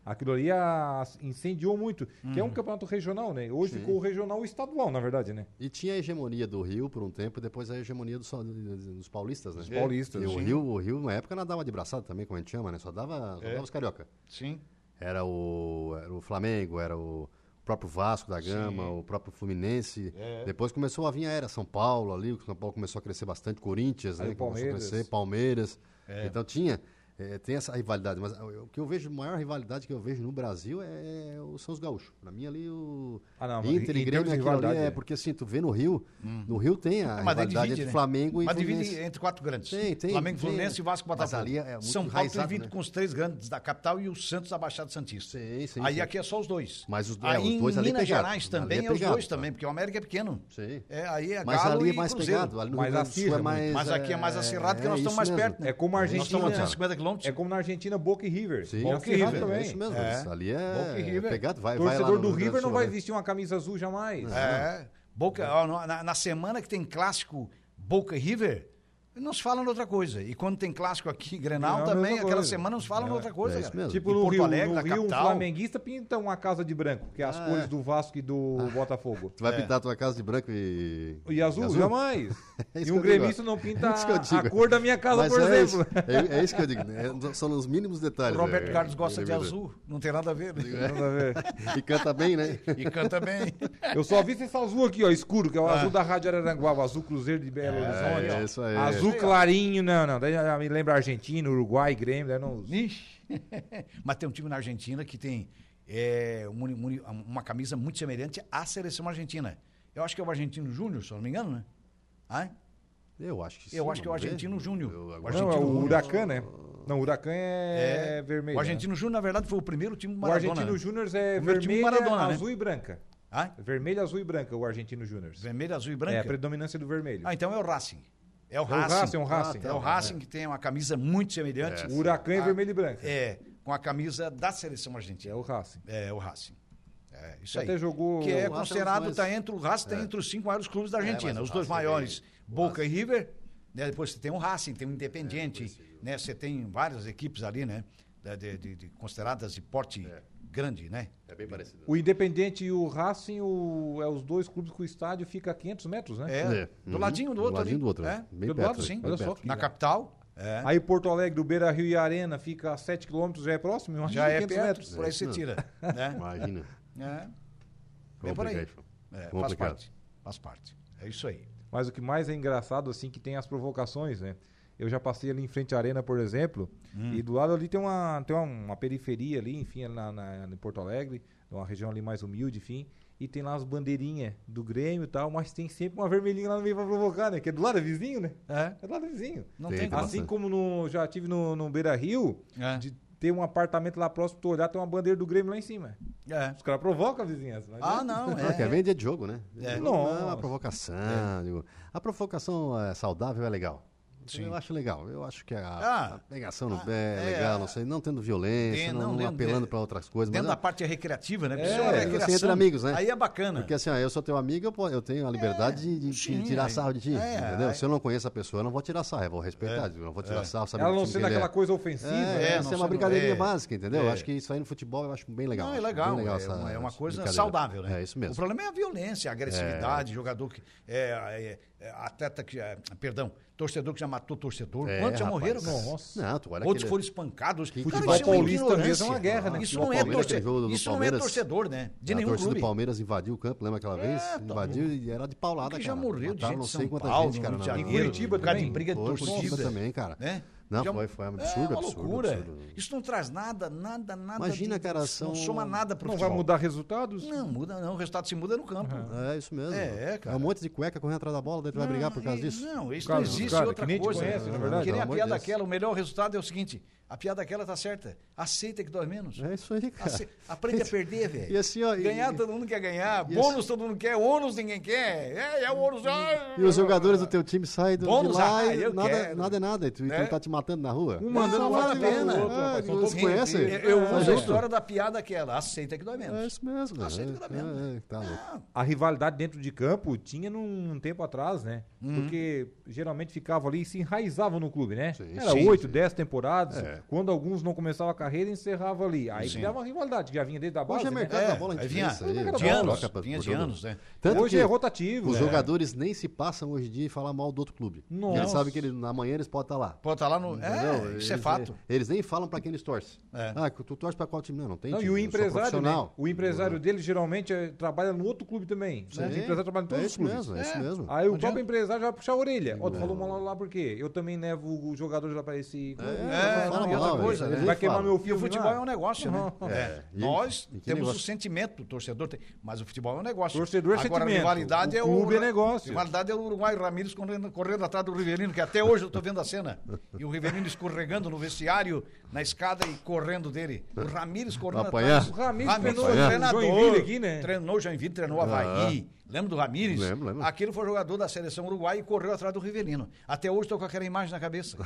S3: Aquilo ali ah, incendiou muito, que
S4: Uhum.
S3: é um campeonato regional, né? Hoje ficou o regional e o estadual, na verdade, né?
S4: E tinha a hegemonia do Rio por um tempo e depois a hegemonia do só- dos paulistas, né? Dos
S3: paulistas,
S4: E o
S3: sim.
S4: Rio, o Rio, na época, nadava de braçada também, como a gente chama, né? Só dava,
S3: É.
S4: só dava os carioca.
S2: Sim.
S4: Era o, era o Flamengo, era o próprio Vasco da Gama, o próprio Fluminense.
S2: É.
S4: Depois começou a vir a era São Paulo ali, o São Paulo começou a crescer bastante, Corinthians,
S3: Aí
S4: né?
S3: o
S4: Começou a
S3: Palmeiras.
S4: crescer, Palmeiras.
S2: É.
S4: Então tinha, eh, tem essa rivalidade. Mas ah, o que eu vejo, a maior rivalidade que eu vejo no Brasil é o- são os gaúchos. Pra mim ali o
S3: Ah, não, mas
S4: Inter
S3: em- em
S4: e Grêmio
S3: termos de
S4: aquilo ali
S3: rivalidade,
S4: é
S3: é.
S4: porque assim, tu vê no Rio, no Rio tem a
S2: Hum. Mas daí
S4: rivalidade
S2: divide,
S4: entre
S2: né?
S4: Flamengo e
S2: Mas divide
S4: Fluminense.
S2: entre quatro grandes.
S4: Tem, tem,
S2: Flamengo,
S4: tem.
S2: Fluminense e Vasco
S4: Mas
S2: Botafogo.
S4: ali é muito
S2: São Paulo tem
S4: enraizado,
S2: vindo
S4: né?
S2: com os três grandes da capital e o Santos abaixado Santista.
S4: Sim, sim,
S2: Aí
S4: sim.
S2: aqui é só os dois.
S4: Mas os- é,
S2: aí
S4: os dois
S2: em
S4: ali é
S2: Minas
S4: pegado.
S2: Gerais
S4: Ali
S2: também
S4: é
S2: é, os
S4: pegado,
S2: dois
S4: tá.
S2: também, porque o América é pequeno.
S4: Sim.
S2: É, aí é
S4: Mas
S2: Galo
S4: ali é
S2: e
S4: mais
S2: Cruzeiro.
S4: pegado. Ali no
S3: Mas
S4: Rio Grande do Sul
S3: acirra,
S4: é mais.
S2: Mas aqui é mais acirrado, porque nós estamos
S4: isso
S2: mais
S4: mesmo.
S2: perto, né?
S3: É como a
S2: Nós estamos a
S3: Argentina.
S2: 250 quilômetros.
S3: É como na Argentina, Boca e River.
S4: Sim,
S3: Boca e River
S4: é
S3: também.
S4: isso mesmo.
S2: É.
S4: isso Ali
S2: Boca e
S4: é, é
S2: River.
S4: pegado, vai, vai lá
S3: Torcedor
S4: no
S3: do
S4: Rio Grande
S3: River não
S4: Sul,
S3: vai
S4: né?
S3: vestir uma camisa azul jamais.
S2: É. Boca, ó, no- na, na semana que tem clássico Boca e River, não se fala em outra coisa. E quando tem clássico aqui, Grenal,
S3: Não,
S2: também,
S3: É mesma
S2: aquela
S3: coisa.
S2: semana não se fala em outra coisa.
S4: é isso
S2: cara.
S4: mesmo.
S3: Tipo
S2: E
S3: no
S2: Porto
S3: Rio,
S2: Alegre,
S3: no
S2: na
S3: Rio um
S2: capital.
S3: flamenguista pinta uma casa de branco, que é as
S4: Ah,
S3: cores
S4: é.
S3: do Vasco e do Botafogo.
S4: Tu vai pintar a tua casa de branco e.
S3: É. E azul, jamais.
S4: É isso
S3: e
S4: que
S3: um
S4: eu digo,
S3: gremista
S4: ó.
S3: não pinta
S4: É isso que eu digo.
S3: a cor da minha casa,
S4: Mas
S3: por
S4: é
S3: exemplo.
S4: Isso, é, é isso que eu digo. né? são os mínimos
S2: O
S4: detalhes.
S2: Roberto
S3: é.
S4: né?
S2: Carlos gosta de
S4: Ele-
S2: azul, não tem nada a ver. né?
S3: Nada a ver.
S4: E canta bem, né?
S2: E canta bem.
S3: Eu só vi esse azul aqui, ó, escuro, que é o azul da Rádio Araranguá, o azul Cruzeiro de Belo Horizonte.
S4: Ah. é isso aí.
S3: Azul clarinho, não, não. Daí já me lembra Argentina, Uruguai, Grêmio, daí não.
S2: Ixi. Mas tem um time na Argentina que tem é, um uni- uni- uma camisa muito semelhante à seleção argentina. Eu acho que é o Argentino Júnior, se eu não me engano, né? Ah,
S4: Eu acho que sim.
S2: Eu acho que é o
S4: vamos ver.
S2: Argentino Júnior.
S4: Eu-
S2: O
S4: agora-
S3: Não, é
S2: Argentino
S3: o
S2: Júnior.
S3: Huracan, né? Não, o Huracan é, vermelho.
S2: o
S3: né?
S2: Argentino Júnior, na verdade, foi o primeiro time do
S3: O
S2: Maradona.
S3: Argentino
S2: né?
S3: Júnior é
S2: O meu time
S3: vermelho,
S2: Maradona, né?
S3: azul e branca.
S2: Ah,
S3: Vermelho, azul e branca, o Argentino Júnior.
S2: vermelho, azul e branco.
S3: É a predominância do vermelho.
S2: Ah, então é o Racing. É o
S3: É o Racing,
S2: Racing.
S3: é um Racing.
S2: É o Racing que tem uma camisa muito semelhante.
S3: O Huracan é
S2: Ah,
S3: vermelho e branco. É,
S2: É, com a camisa da seleção argentina.
S3: o Racing.
S2: É o Racing. É, isso aí.
S3: Até jogou-
S2: Que é
S4: O Racing é um dos
S2: considerado,
S4: mais- É.
S2: tá entre o Racing tá entre os cinco maiores clubes da Argentina.
S4: mas o
S2: os dois
S4: Racing tem-
S2: maiores,
S4: o
S2: Boca e River. né? Depois você tem o Racing, tem o
S4: É,
S2: Independiente. né? Você tem várias equipes ali, né? Da- de- de- de- consideradas de porte grande, né?
S4: É bem parecido.
S3: O Independente e o Racing o, é os dois clubes que o estádio fica a 500 metros, né?
S2: É,
S4: É.
S2: do
S4: Uhum.
S2: ladinho do
S4: Do
S2: outro
S4: ladinho
S2: ali.
S4: do outro,
S2: É,
S4: né? Bem
S2: do
S4: perto
S2: lado,
S4: ali,
S2: sim.
S4: bem
S2: Olha só.
S4: perto.
S2: Na capital. É.
S3: Aí Porto Alegre, do Beira Rio e Arena fica a 7 km, já é próximo, imagina
S2: Já é
S3: 500
S2: perto,
S3: metros.
S2: por aí você tira. Né?
S4: Imagina.
S2: É. Vem por aí.
S4: Complicado.
S2: É, faz
S4: Complicado.
S2: parte. Faz parte. É isso aí.
S3: Mas o que mais é engraçado, assim, que tem as provocações, né? Eu já passei ali em frente à arena, por exemplo,
S4: Hum.
S3: e do lado ali tem uma, tem uma, uma periferia ali, enfim, ali na, na, em Porto Alegre, é uma região ali mais humilde, enfim, e tem lá as bandeirinhas do Grêmio e tal, mas tem sempre uma vermelhinha lá no meio pra provocar, né? Que é do lado é vizinho, né?
S2: É.
S3: É do lado vizinho.
S2: Não
S4: Tem,
S2: tem,
S4: tem
S2: como.
S3: Assim como no, já tive no, no Beira Rio,
S2: É.
S3: de ter um apartamento lá próximo, tu olhar, tem uma bandeira do Grêmio lá em cima.
S2: É.
S3: Os caras provocam a vizinhança. mas
S2: Ah, não.
S4: Ah, quer
S2: É.
S4: ver dia de jogo, né? Dia de
S2: É.
S4: jogo, não, é
S3: Nossa.
S4: uma provocação. digo, a provocação é saudável é legal.
S2: Sim.
S4: Eu acho legal. Eu acho que a,
S2: Ah.
S4: a pegação no
S2: Ah,
S4: pé é
S2: é,
S4: legal,
S2: a-
S4: não sei, não tendo violência,
S2: É, não,
S4: não, não
S2: dentro
S4: apelando
S2: de-
S4: para outras coisas.
S2: Dentro da
S4: mas,
S2: parte recreativa, né? Porque isso
S3: É,
S2: uma
S3: você
S2: recreação.
S4: entre amigos, né?
S2: Aí é bacana.
S4: Porque assim, ó, eu sou teu amigo, eu, po- eu tenho a liberdade de, de- de
S2: É. sim,
S4: tirar
S2: aí-
S4: sarro de ti,
S2: é,
S4: entendeu?
S2: aí- É.
S4: Se eu não conheço a pessoa, eu não vou tirar sarro, eu vou respeitar, eu não vou tirar sarro, sabe?
S3: Ela
S4: do
S3: não
S4: time
S3: sendo
S4: que ele
S3: aquela
S4: é.
S3: coisa ofensiva.
S4: É,
S2: né?
S4: essa
S2: Não
S4: é uma
S2: sendo-
S4: brincadeirinha
S2: é.
S4: básica, entendeu?
S2: É.
S4: Eu acho que isso aí no futebol eu acho bem legal.
S2: Não, é
S4: acho bem
S2: legal. é,
S4: essa-
S2: uma, é uma
S4: essa
S2: coisa
S4: brincadeira.
S2: saudável, né?
S4: É isso
S2: O
S4: mesmo.
S2: problema é a violência, a agressividade, jogador que. É, é, é, atleta que. é, perdão, torcedor que já matou torcedor.
S4: É,
S2: Quantos já
S4: rapaz.
S2: morreram, cara?
S4: Nossa. Não, tu olha
S2: Outros
S4: aquele-
S2: foram espancados. Cara,
S4: futebol
S2: isso é uma
S3: paulista mesmo é uma
S2: ignorância.
S3: guerra, né?
S2: Isso
S4: Futebol
S2: não é
S4: paulista, aquele jogo
S2: torcedor.
S4: do
S2: Isso não é
S4: Palmeiras. É,
S2: torcedor, né? De
S4: a
S2: nenhum
S4: torcida
S2: clube.
S4: do Palmeiras invadiu o campo, lembra aquela vez?
S2: tá
S4: invadiu e era de paulada,
S2: Porque já
S4: cara.
S2: morreu de
S4: Mataram
S2: gente
S4: não
S2: de
S4: sei
S2: São
S4: quantas
S2: Paulo,
S4: gente, cara.
S2: no
S4: na-
S2: Janeiro,
S4: na-
S3: Curitiba
S4: na-
S2: por causa de
S3: também.
S2: briga de
S4: Foi, Curitiba
S2: torcida.
S4: também, cara.
S2: Né?
S4: Não,
S2: Já-
S4: foi- foi um
S2: É,
S4: absurdo,
S2: uma
S4: absurdo,
S2: loucura.
S4: absurdo.
S2: Isso não traz nada, nada, nada.
S4: Imagina, cara,
S2: Não
S4: são-
S2: soma nada pro
S3: Não vai
S2: futebol.
S3: mudar resultados?
S2: Não, muda não. O resultado se muda no campo.
S4: É isso mesmo.
S2: É, é, cara.
S4: um monte de cueca correndo atrás da bola, daí tu vai brigar por causa
S2: e-
S4: disso.
S2: Não, isso
S3: Cara,
S2: não existe
S3: cara,
S2: outra
S3: que nem te
S2: coisa.
S3: conhece, na
S2: Não,
S3: verdade,
S2: que nem
S4: pelo
S2: a
S4: amor de
S2: piada
S4: Deus.
S2: aquela, o melhor resultado é o seguinte: a piada aquela tá certa. Aceita que dói menos.
S4: É isso aí, cara.
S2: Ace- Aprende a perder, velho.
S4: E assim, ó, e-
S2: ganhar todo mundo quer ganhar,
S4: e
S2: bônus todo mundo quer, ônus ninguém quer. É, é o ônus. ah,
S4: E os jogadores do teu time saem do, de
S2: Bônus,
S4: lá
S2: ah,
S4: e
S2: eu
S4: nada,
S2: quero.
S4: nada é nada. E tu, e tu
S2: Né?
S4: tá te matando na rua.
S3: Um mandando
S4: não
S3: uma
S4: vale a
S3: atrás do
S4: pena.
S3: outro, rapaz,
S4: É,
S3: são
S4: Vocês
S3: todos
S4: conhecem?
S3: rendidos.
S2: Eu- Eu
S4: É
S2: uso a
S4: justo.
S2: história da piada aquela, aceita que dói
S4: É
S2: menos.
S4: isso mesmo. cara.
S2: aceito que dá
S4: É,
S2: mesmo.
S4: é, tá louco.
S3: a rivalidade dentro de campo tinha num, num tempo atrás, né?
S4: Uhum.
S3: Porque geralmente ficava ali e se enraizavam no clube, né?
S4: Sim,
S3: Era
S4: sim, É.
S3: oito,
S4: sim.
S3: dez temporadas. Quando alguns não começavam a carreira, encerrava ali. Aí criava uma rivalidade que já vinha desde a base.
S4: Hoje é
S3: né?
S4: mercado da bola, a
S2: aí
S4: gente
S2: vinha
S4: vê isso aí.
S2: de
S4: Troca
S2: anos,
S4: pra-
S2: vinha
S4: pro
S2: de
S4: jogo.
S2: anos, né?
S4: Tanto
S3: Hoje
S4: que
S3: é rotativo.
S4: Os
S3: né?
S4: jogadores nem se passam hoje em dia em falar mal do outro clube.
S3: Nossa.
S4: Eles sabem que ele, na manhã eles podem estar lá.
S2: Pô, tá lá no.
S4: Entendeu?
S2: É, isso é fato.
S4: Eles nem falam pra quem eles torcem.
S2: É.
S4: Ah, tu torce pra qual time? Não, não tem
S3: Não,
S4: time.
S3: e o
S4: eu sou
S3: empresário, né?
S4: profissional.
S3: O empresário dele geralmente é- trabalha no outro clube também.
S4: Sim.
S3: Né? Os empresários trabalham em todos
S4: é
S3: os
S4: isso
S3: clubes.
S4: Mesmo, é, isso mesmo.
S3: Aí o
S2: Não
S3: próprio
S2: adianta.
S3: empresário vai puxar a orelha. Ó, tu falou mal lá por quê? Eu também levo o jogador lá pra esse. clube.
S2: É,
S4: fala
S2: não, e outra
S4: mal,
S2: coisa,
S4: eles
S2: né?
S4: nem
S3: Vai queimar
S4: falam.
S3: meu
S2: E
S3: filho.
S2: o futebol é um negócio, né?
S3: Uhum.
S2: É.
S4: E-
S2: Nós
S4: e que
S2: temos o
S4: negócio?
S2: sentimento, o torcedor tem. Mas o futebol é um negócio.
S3: Torcedor é
S2: Agora,
S3: sentimento,
S2: A rivalidade
S3: o
S2: é
S3: clube
S2: o.
S3: é negócio.
S2: Rivalidade é o Uruguai Ramírez correndo, correndo atrás do Riverino, que até hoje eu estou vendo a cena. E o Riverino escorregando no vestiário, na escada e correndo dele. O Ramírez correndo
S4: Apanhar.
S2: atrás.
S3: O Ramírez treinou
S2: foi
S3: o
S2: treinador.
S3: Joinville aqui, né?
S2: Treinou o Joinville, treinou o Havaí. Lembra do Ramírez?
S4: Lembro, lembro.
S2: Aquele foi jogador da seleção uruguaia e correu atrás do Riverino. Até hoje estou com aquela imagem na cabeça.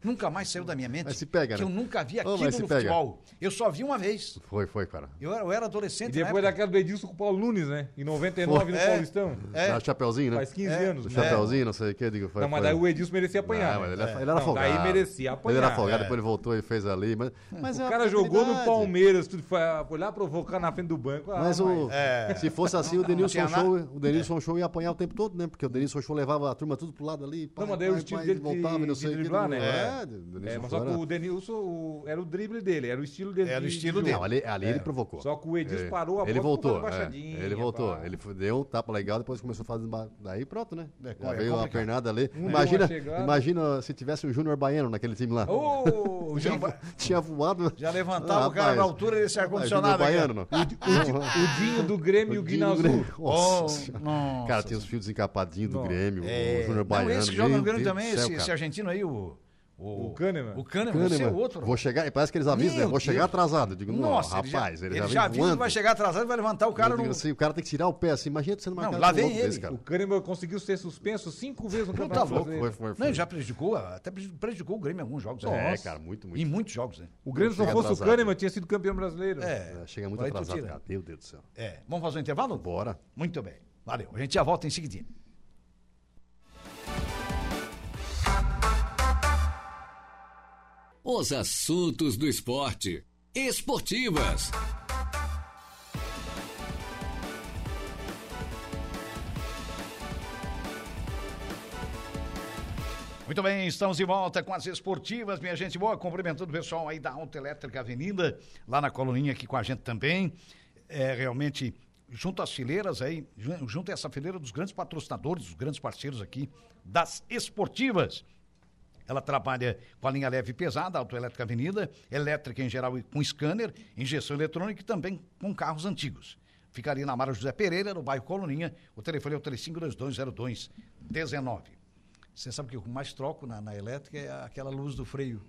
S2: Nunca mais saiu da minha mente
S4: Mas se pega,
S2: que
S4: né?
S2: eu nunca vi
S4: Ô,
S2: aquilo
S4: mas se
S2: no
S4: pega.
S2: futebol. Eu só vi uma vez.
S4: Foi, foi, cara.
S2: Eu era, eu era adolescente.
S3: E
S2: na
S3: depois
S2: época.
S3: daquela do Edilson com o Paulo Nunes, né? Em 99 no
S2: É.
S3: Paulistão.
S2: É.
S4: Ah, Chapeuzinho, né?
S3: Faz 15 anos.
S4: O
S3: né?
S4: Chapeuzinho, não sei o que. Digo, foi,
S3: Não, mas
S4: foi.
S3: daí o Edilson merecia apanhar.
S4: Não,
S3: né?
S4: mas ele, era- ele era
S3: Não,
S4: folgado.
S3: Daí merecia apanhar.
S4: Ele era folgado,
S3: É.
S4: depois ele voltou e fez ali. Mas, mas é
S3: O
S4: a
S3: cara jogou no
S4: oportunidade.
S3: Palmeiras, tudo, foi, foi lá provocar na frente do banco. Ah,
S4: Mas o,
S2: É.
S4: se fosse assim, o Denilson,
S2: tinha nada.
S4: Show, o Denilson Show ia apanhar o tempo todo, né? Porque o Denilson Show levava a turma tudo pro lado ali.
S3: Não, mas daí os times dele
S4: voltava, e
S3: de,
S4: não
S3: de
S4: sei o que,
S3: driblar,
S4: não-
S3: né?
S4: É, o Denilson
S3: É, mas
S4: Show
S3: só que
S4: era-
S3: o Denilson o- era o drible dele, era o estilo dele.
S2: Era o
S3: de-
S2: estilo
S3: de
S2: dele.
S3: jogo.
S4: Não, ali, ali ele provocou.
S3: Só que o Edilson
S4: É,
S3: parou a bola
S4: Ele
S3: e
S4: voltou.
S3: colocou na
S4: é.
S3: baixadinha,
S4: Ele voltou.
S3: pá.
S4: Ele f- deu um tapa legal, depois começou a fazer. ba- Daí pronto, né?
S2: É,
S4: Já
S2: é
S4: veio uma
S2: complicado.
S4: pernada ali.
S3: deu
S4: imagina,
S3: uma chegada.
S4: imagina se tivesse o Júnior Baiano naquele time lá.
S2: Ô, o
S4: Tinha,
S2: João Ba-
S4: tinha voado.
S2: Já levantava o cara
S4: Rapaz,
S2: na altura desse
S4: rapaz, Júnior
S2: ar-condicionado. aí,
S4: Baiano, não.
S3: O Dinho do Grêmio e o
S4: Dinho do
S3: Guinazul.
S4: Grêmio. Nossa.
S2: Oh,
S4: Senhora.
S2: nossa.
S4: Cara, tem os fios desencapadinhos do
S3: Nossa.
S4: Grêmio,
S2: É.
S4: o Júnior
S2: Não,
S4: Baiano.
S2: esse que joga
S4: meu
S2: no Grêmio
S4: Deus
S2: também,
S4: do céu,
S2: esse,
S4: cara.
S2: esse argentino aí, o. O,
S3: O Kahneman.
S2: O Kahneman,
S4: Cana,
S2: esse é
S4: mano.
S2: outro.
S4: Vou chegar, parece que eles avisam,
S2: Meu
S4: né? Vou chegar
S2: Deus.
S4: atrasado. Eu digo, não,
S2: Nossa, ele já-
S4: rapaz,
S2: ele
S4: já,
S2: já,
S4: vem
S2: viu que
S4: voando.
S2: vai chegar atrasado e vai levantar o cara
S4: Eu
S2: no.
S4: digo assim, o cara tem que tirar o pé assim. Imagina você não marcar
S2: Não,
S4: um
S2: lá vem
S4: louco
S2: ele.
S4: desse, cara.
S3: O Kahneman conseguiu ser suspenso cinco vezes no
S2: Não tá
S3: Campeonato
S2: louco.
S3: Brasileiro.
S4: Foi, foi, foi.
S2: Não, já prejudicou, até prejudicou o Grêmio em alguns jogos.
S4: É,
S2: Nossa.
S4: cara, muito,
S2: Em
S4: muito.
S2: muitos jogos, né?
S3: O Grêmio, se não
S4: Chega
S3: fosse o
S4: atrasado.
S3: Kahneman, tinha sido campeão brasileiro.
S2: É.
S4: Chega muito
S2: Aí tu
S4: atrasado,
S2: tira.
S4: cara. Meu Deus do céu.
S2: É. Vamos fazer um intervalo?
S4: Bora.
S2: Muito bem. Valeu. A gente já volta em seguidinho.
S1: Os assuntos do esporte. Esportivas.
S2: Muito bem, estamos de volta com as esportivas, minha gente boa, cumprimentando o pessoal aí da Autoelétrica Avenida, lá na coluninha aqui com a gente também. É, realmente, junto às fileiras aí, ju- junto a essa fileira dos grandes patrocinadores, dos grandes parceiros aqui das esportivas. Ela trabalha com a linha leve e pesada, Autoelétrica Avenida, elétrica em geral e com scanner, injeção eletrônica e também com carros antigos. Ficaria na Mara José Pereira, no bairro Coluninha. O telefone é o 35220219. Você sabe que o que eu mais troco na, na elétrica é aquela luz do freio.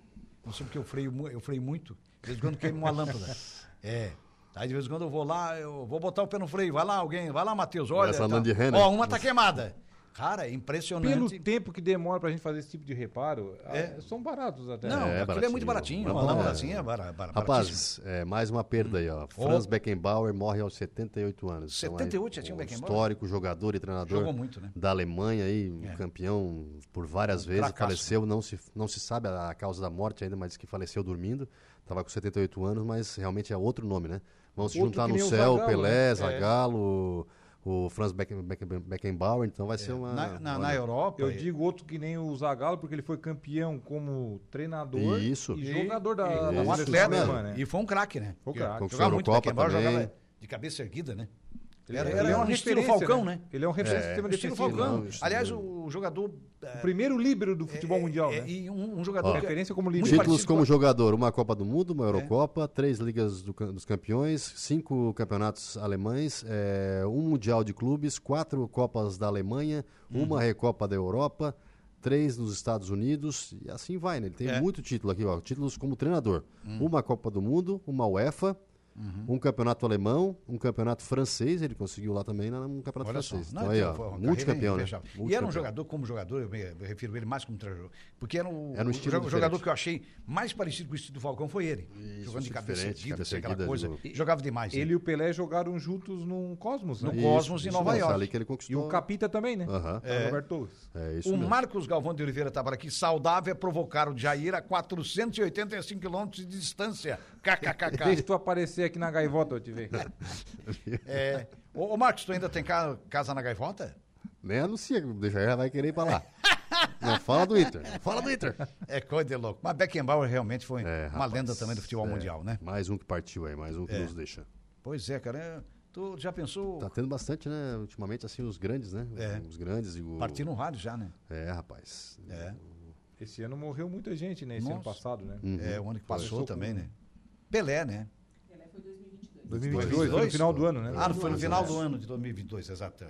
S2: Não sei porque eu freio, mu- eu freio muito. De vez em quando queima uma lâmpada. É. Aí de vez em quando eu vou lá, eu vou botar o pé no freio. Vai lá alguém, vai lá, Matheus, olha. tá.
S4: Essa Land Rover.
S2: Ó, uma tá queimada. Cara, é impressionante.
S3: Pelo tempo que demora pra gente fazer esse tipo de reparo,
S2: É.
S3: ah, são baratos até.
S2: Não,
S4: É,
S2: aquilo é
S4: baratinho.
S2: muito baratinho.
S4: Vamos
S2: Uma
S4: lá.
S2: lâmpadazinha é bara- bara- baratíssima.
S4: Rapazes, é, mais uma perda
S2: Hum.
S4: aí, ó. Franz Beckenbauer morre aos 78 anos.
S2: 78 já
S4: aí,
S2: tinha o
S4: um
S2: Beckenbauer?
S4: Histórico jogador e treinador
S2: Jogou muito, né? É.
S4: da Alemanha aí, um campeão por várias vezes,
S2: Fracasso.
S4: faleceu, não se, não se sabe a, a causa da morte ainda, mas diz que faleceu dormindo. Tava com 78 anos, mas realmente é outro nome, né? Vão se
S3: Outro
S4: juntar
S3: que
S4: no
S3: nem o
S4: céu,
S3: Zagallo,
S4: Pelé,
S3: né? É.
S4: Zagallo, o Franz Becken- Becken- Beckenbauer, então vai ser uma...
S2: É. Na, na,
S4: olha,
S2: na Europa.
S3: Eu
S2: é-
S3: digo outro que nem o Zagallo, porque ele foi campeão como treinador
S4: Isso.
S3: e jogador da,
S2: e- um
S3: da
S4: Isso,
S3: seleção
S2: atleta.
S3: alemã, né?
S2: E foi um craque, né?
S3: Foi um craque.
S4: Conquistou
S2: Jogava
S4: a
S2: muito
S4: Eurocopa
S2: Beckenbauer,
S4: também.
S2: jogava de cabeça erguida, né? Era,
S3: Ele é
S2: era um estilo Falcão, né?
S3: Ele um é um referência do sistema
S2: O estilo
S3: defensivo. É.
S2: Falcão.
S4: não, isso
S2: Aliás,
S4: não.
S2: o jogador. eh,
S3: O primeiro líbero do futebol mundial,
S2: é,
S3: né?
S2: E um, um jogador.
S4: Ó.
S2: que-
S3: Referência como
S2: muito É.
S3: líder.
S4: Títulos
S2: parecido
S4: como
S2: com-
S4: jogador, uma Copa do Mundo, uma Eurocopa, três Ligas do Cam- dos Campeões, cinco campeonatos alemães, eh, um Mundial de Clubes, quatro Copas da Alemanha,
S2: Uhum.
S4: uma Recopa da Europa, três nos Estados Unidos, e assim vai, né? Ele tem
S2: É. Hum.
S4: muito título aqui, ó. Títulos como treinador. Uma Copa do Mundo, uma UEFA,
S2: Uhum.
S4: um campeonato alemão, um campeonato francês, ele conseguiu lá também, né, um campeonato
S2: Olha só.
S4: francês.
S2: Não,
S4: então, aí,
S2: então foi uma
S4: ó,
S2: carreira
S4: multicampeão, né?
S2: invejável. E era um
S4: Multicampeão.
S2: jogador, como jogador, eu me eu refiro ele mais como treinador. Porque era o,
S4: Era um
S2: o
S4: estilo
S2: jo- jogador
S4: diferente.
S2: que eu achei mais parecido com o estilo do Falcão foi ele. Jogando de cabeça
S4: diferente,
S2: erguida,
S4: cabeça
S2: assim, aquela
S4: erguida
S2: coisa.
S4: do-
S2: Jogava demais.
S3: Ele e o Pelé jogaram juntos num Cosmos, né?
S2: No
S4: Isso,
S2: Cosmos em
S4: isso
S2: Nova
S4: mesmo,
S2: York.
S4: ali que ele
S3: E
S4: conquistou.
S3: o Capita também, né?
S4: Aham.
S3: É. Roberto Torres.
S4: É isso
S2: O
S4: mesmo.
S2: Marcos Galvão de Oliveira estava aqui, saudável, é provocar o Jair a 485 quilômetros de distância.
S3: Deixa
S2: KKKK.
S3: tu aparecer aqui na gaivota, eu te ver.
S2: é, ô, ô, Marcos, tu ainda tem ca- casa na gaivota?
S4: Nem Né? anuncia, deixa ela vai querer ir pra lá. Não fala do Inter. não Fala do Inter.
S2: É coisa de louco. Mas Beckenbauer realmente foi
S4: É,
S2: uma
S4: rapaz,
S2: lenda também do futebol
S4: é.
S2: mundial, né? É.
S4: Mais um que partiu aí, mais um que nos deixa.
S2: Pois é, cara. é, Tu já pensou
S4: Tá tendo bastante, né? Ultimamente, assim, os grandes, né?
S2: É.
S4: Os grandes e o.
S2: partir no rádio já, né?
S4: É, rapaz.
S2: É.
S3: Esse ano morreu muita gente, né? Esse ano
S2: Nossa.
S3: passado, né?
S4: Uhum.
S2: É, o ano que
S3: Começou
S2: passou
S3: com-
S2: também, né? Pelé, né?
S5: Pelé foi 2022.
S3: 2022, foi no final do ano, né?
S2: Ah, foi no final do ano de 2022, exato.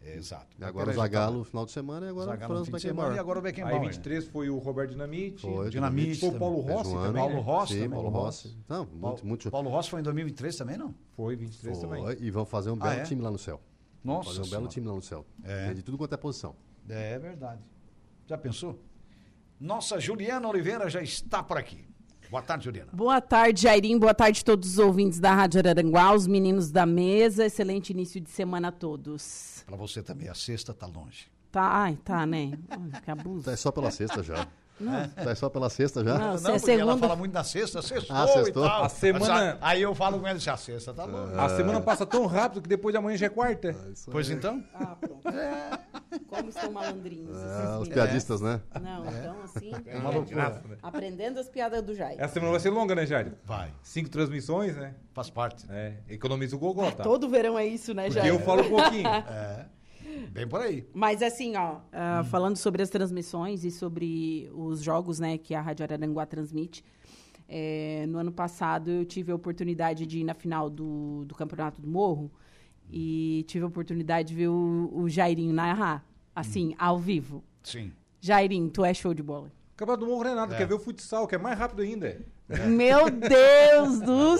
S2: É, exato.
S4: é. E Agora o Zagalo, final de semana, e agora o
S2: Zagallo no
S4: Franz
S2: fim de
S4: Beckenbauer.
S2: semana e agora o
S3: Aí
S2: Beckenbauer. né?
S3: 23 foi o Roberto Dinamite.
S4: Foi,
S2: Dinamite
S3: Foi o Paulo
S4: Fez um
S3: Rossi
S4: ano.
S3: também.
S2: Paulo
S3: né?
S2: Rossi
S4: Sim,
S2: também,
S4: Paulo
S2: né?
S4: Rossi. Não, muito, muito.
S2: Paulo Rossi foi em 2023 também, não?
S3: Foi 23 também.
S4: Foi, E vão fazer um belo
S2: é?
S4: time lá no céu. Vão
S2: Nossa
S4: Fazer um belo
S2: Senhora.
S4: time lá no céu.
S2: É.
S4: Tem De tudo quanto é posição.
S2: É verdade. Já pensou? Nossa Juliana Oliveira já está por aqui. Boa tarde, Juliana.
S5: Boa tarde, Jairim. Boa tarde a todos os ouvintes da Rádio Araranguá, os meninos da mesa. Excelente início de semana a todos.
S2: Para você também, a sexta tá longe.
S5: Tá, ai, tá, né? Ai, Que abuso.
S4: Tá só
S2: É.
S4: pela sexta já. Tá só pela sexta já.
S5: Não, se é
S2: porque ela
S5: segunda-
S2: fala muito na sexta, sextou,
S4: Ah, sextou.
S2: e tal.
S3: A semana-
S2: Aí eu falo com ela e disse, a sexta tá longe.
S4: Ah.
S3: A semana passa tão rápido que depois de amanhã já é quarta.
S2: Pois então,
S5: Ah, pronto. Como estão malandrinhos
S4: Ah,
S5: esses
S4: É. os
S5: meninos.
S4: piadistas, É né?
S5: Não, então assim,
S3: uma loucura.
S5: aprendendo as piadas do Jair.
S3: Essa semana vai ser longa, né, Jair?
S2: vai,
S3: Cinco transmissões, né?
S2: faz parte.
S3: É, economiza o gogó, tá?
S5: Todo verão é isso, né,
S3: Porque
S5: Jair?
S3: eu falo um pouquinho.
S2: É. Bem por aí.
S5: Mas assim, ó, ah, falando sobre as transmissões e sobre os jogos, né, que a Rádio Araranguá transmite. é, no ano passado eu tive a oportunidade de ir na final do, do Campeonato do Morro e tive a oportunidade de ver o, o Jairinho narrar, assim, ao vivo.
S2: Sim.
S5: Jairinho, tu é show de bola.
S3: Campeonato do Morro Renato, quer ver o futsal, que é mais rápido ainda.
S5: Meu Deus do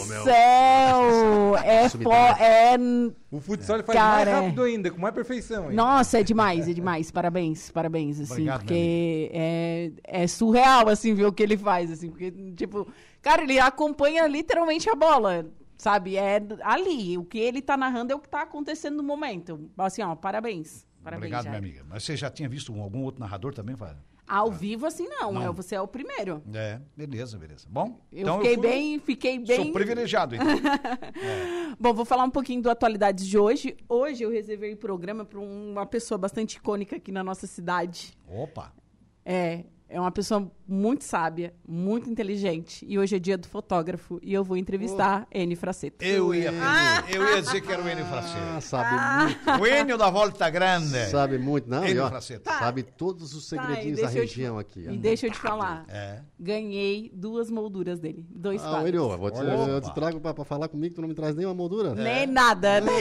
S5: céu! É,
S4: Isso me
S5: fo-
S4: dá-
S5: é n-
S3: O futsal ele faz
S5: Cara,
S3: mais
S5: é.
S3: rápido ainda, com mais perfeição. ainda.
S5: Nossa, é demais, é demais. Parabéns, parabéns, assim,
S2: Obrigado,
S5: porque é, é surreal, assim, ver o que ele faz, assim, porque, tipo, cara, ele acompanha literalmente a bola, sabe? É ali, o que ele tá narrando é o que tá acontecendo no momento. Assim, ó, parabéns. Parabéns,
S2: Obrigado,
S5: Jair.
S2: minha amiga. Mas você já tinha visto um, algum outro narrador também? Fábio?
S5: Ao vivo, assim, não, é, você é o primeiro.
S2: É, beleza, beleza. Bom, então
S5: Eu fiquei
S2: fui-
S5: bem, fiquei bem...
S2: Sou privilegiado, então.
S5: Bom, vou falar um pouquinho do Atualidades de hoje. Hoje eu reservei o programa para uma pessoa bastante icônica aqui na nossa cidade.
S2: Opa,
S5: É, é uma pessoa muito sábia, muito inteligente. E hoje é dia do fotógrafo e eu vou entrevistar N. Fraceta.
S2: eu ia,
S5: Ah.
S2: eu ia dizer que era um o Enio
S4: Ah,
S2: Fraceiro.
S4: sabe muito.
S2: O Enio da Volta Grande.
S4: Sabe muito, não?
S2: Ele
S4: e ó,
S2: Fraceta.
S4: Sabe todos os
S5: Tá, e
S4: segredinhos da
S5: deixa eu te-
S4: região aqui. ó.
S5: E deixa eu te falar,
S2: É.
S5: ganhei duas molduras dele, dois
S4: Ah,
S5: quadros.
S4: William, eu, vou te,
S2: Olha,
S4: eu
S2: opa.
S4: te trago pra, pra falar comigo, tu não me traz nenhuma moldura?
S5: Nem nada, né?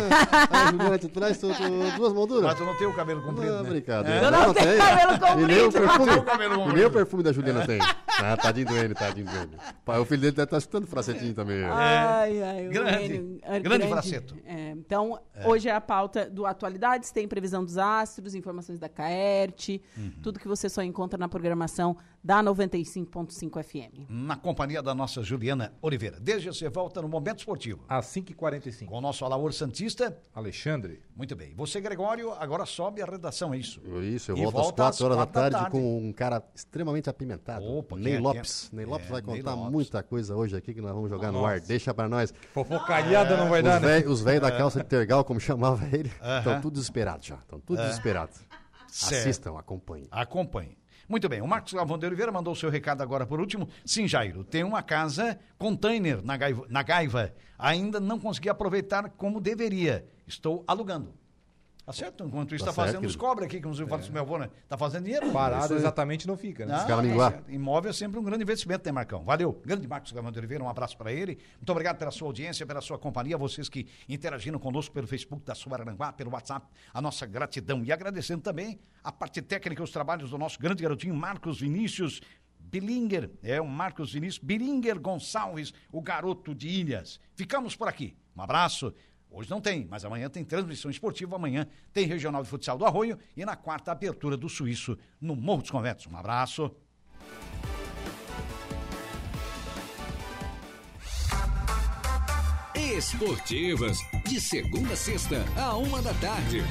S4: Ah, a Juliana te traz tu- tu- duas molduras?
S2: Mas tu não tem o cabelo comprido,
S4: Ah,
S2: né?
S4: brincadeira.
S5: Eu não tenho cabelo
S4: E nem o
S5: comprido.
S4: perfume,
S2: cabelo
S4: e nem o perfume da Juliana Ainda tem. Ah, tadinho do N, tadinho do N. Pai, o filho dele deve estar chutando fracetinho também.
S5: Ah, Ai, ai, o
S2: Grande,
S5: Enio-
S2: grande faceto.
S5: É, então, hoje é a pauta do Atualidades, tem previsão dos astros, informações da Caerte,
S4: Uhum.
S5: tudo que você só encontra na programação da 95.5 FM.
S2: Na companhia da nossa Juliana Oliveira. Desde você volta no Momento Esportivo.
S3: Às 5h45.
S2: Com o nosso Alaor Santista.
S3: Alexandre.
S2: Muito bem. Você, Gregório, agora sobe a redação, é isso?
S4: Isso, eu
S2: E
S4: volto às
S2: volta às
S4: 4 horas da
S2: quatro da
S4: tarde,
S2: tarde.
S4: com um cara extremamente apimentado.
S2: Opa, quem é,
S4: Ney
S2: quem é?
S4: Lopes. Ney Lopes
S2: É,
S4: vai contar
S2: Ney Lopes.
S4: muita coisa hoje aqui que nós vamos jogar no
S3: Nossa.
S4: ar. Deixa pra nós.
S5: Ah,
S3: Fofocalhada não vai dar,
S4: é. Os
S3: né?
S4: véi- Os velhos da
S2: É.
S4: calça de tergal, como chamava ele, estão tudo desesperados já. Estão tudo desesperados.
S2: É. Certo.
S4: Assistam, acompanhem.
S2: Acompanhe. Muito bem, o Marcos Lavão de Oliveira mandou o seu recado agora por último. Sim, Jairo, tem uma casa container na gaiva, na gaiva. Ainda não consegui aproveitar como deveria. Estou alugando. Tá certo? Enquanto isso,
S4: Tá
S2: está
S4: certo, É.
S2: fazendo os
S4: querido.
S2: cobra aqui, como eu falo pro meu avô, né? Tá fazendo dinheiro.
S3: Parado exatamente não fica, né?
S2: Ah,
S4: Escaraminguá.
S2: é certo. Imóvel é sempre um grande investimento, né, Marcão? Valeu. Grande Marcos Gavão de Oliveira, um abraço para ele. Muito obrigado pela sua audiência, pela sua companhia, vocês que interagiram conosco pelo Facebook da Suaranguá, pelo WhatsApp, a nossa gratidão. E agradecendo também a parte técnica, os trabalhos do nosso grande garotinho Marcos Vinícius Bilinger, é o Marcos Vinícius Bilinger Gonçalves, o garoto de Ilhas. Ficamos por aqui. Um abraço. Hoje não tem, mas amanhã tem transmissão esportiva, amanhã tem Regional de Futsal do Arroio e na quarta a abertura do Suíço no Morro dos Conventos. Um abraço.
S1: Esportivas, de segunda a sexta, a uma da tarde.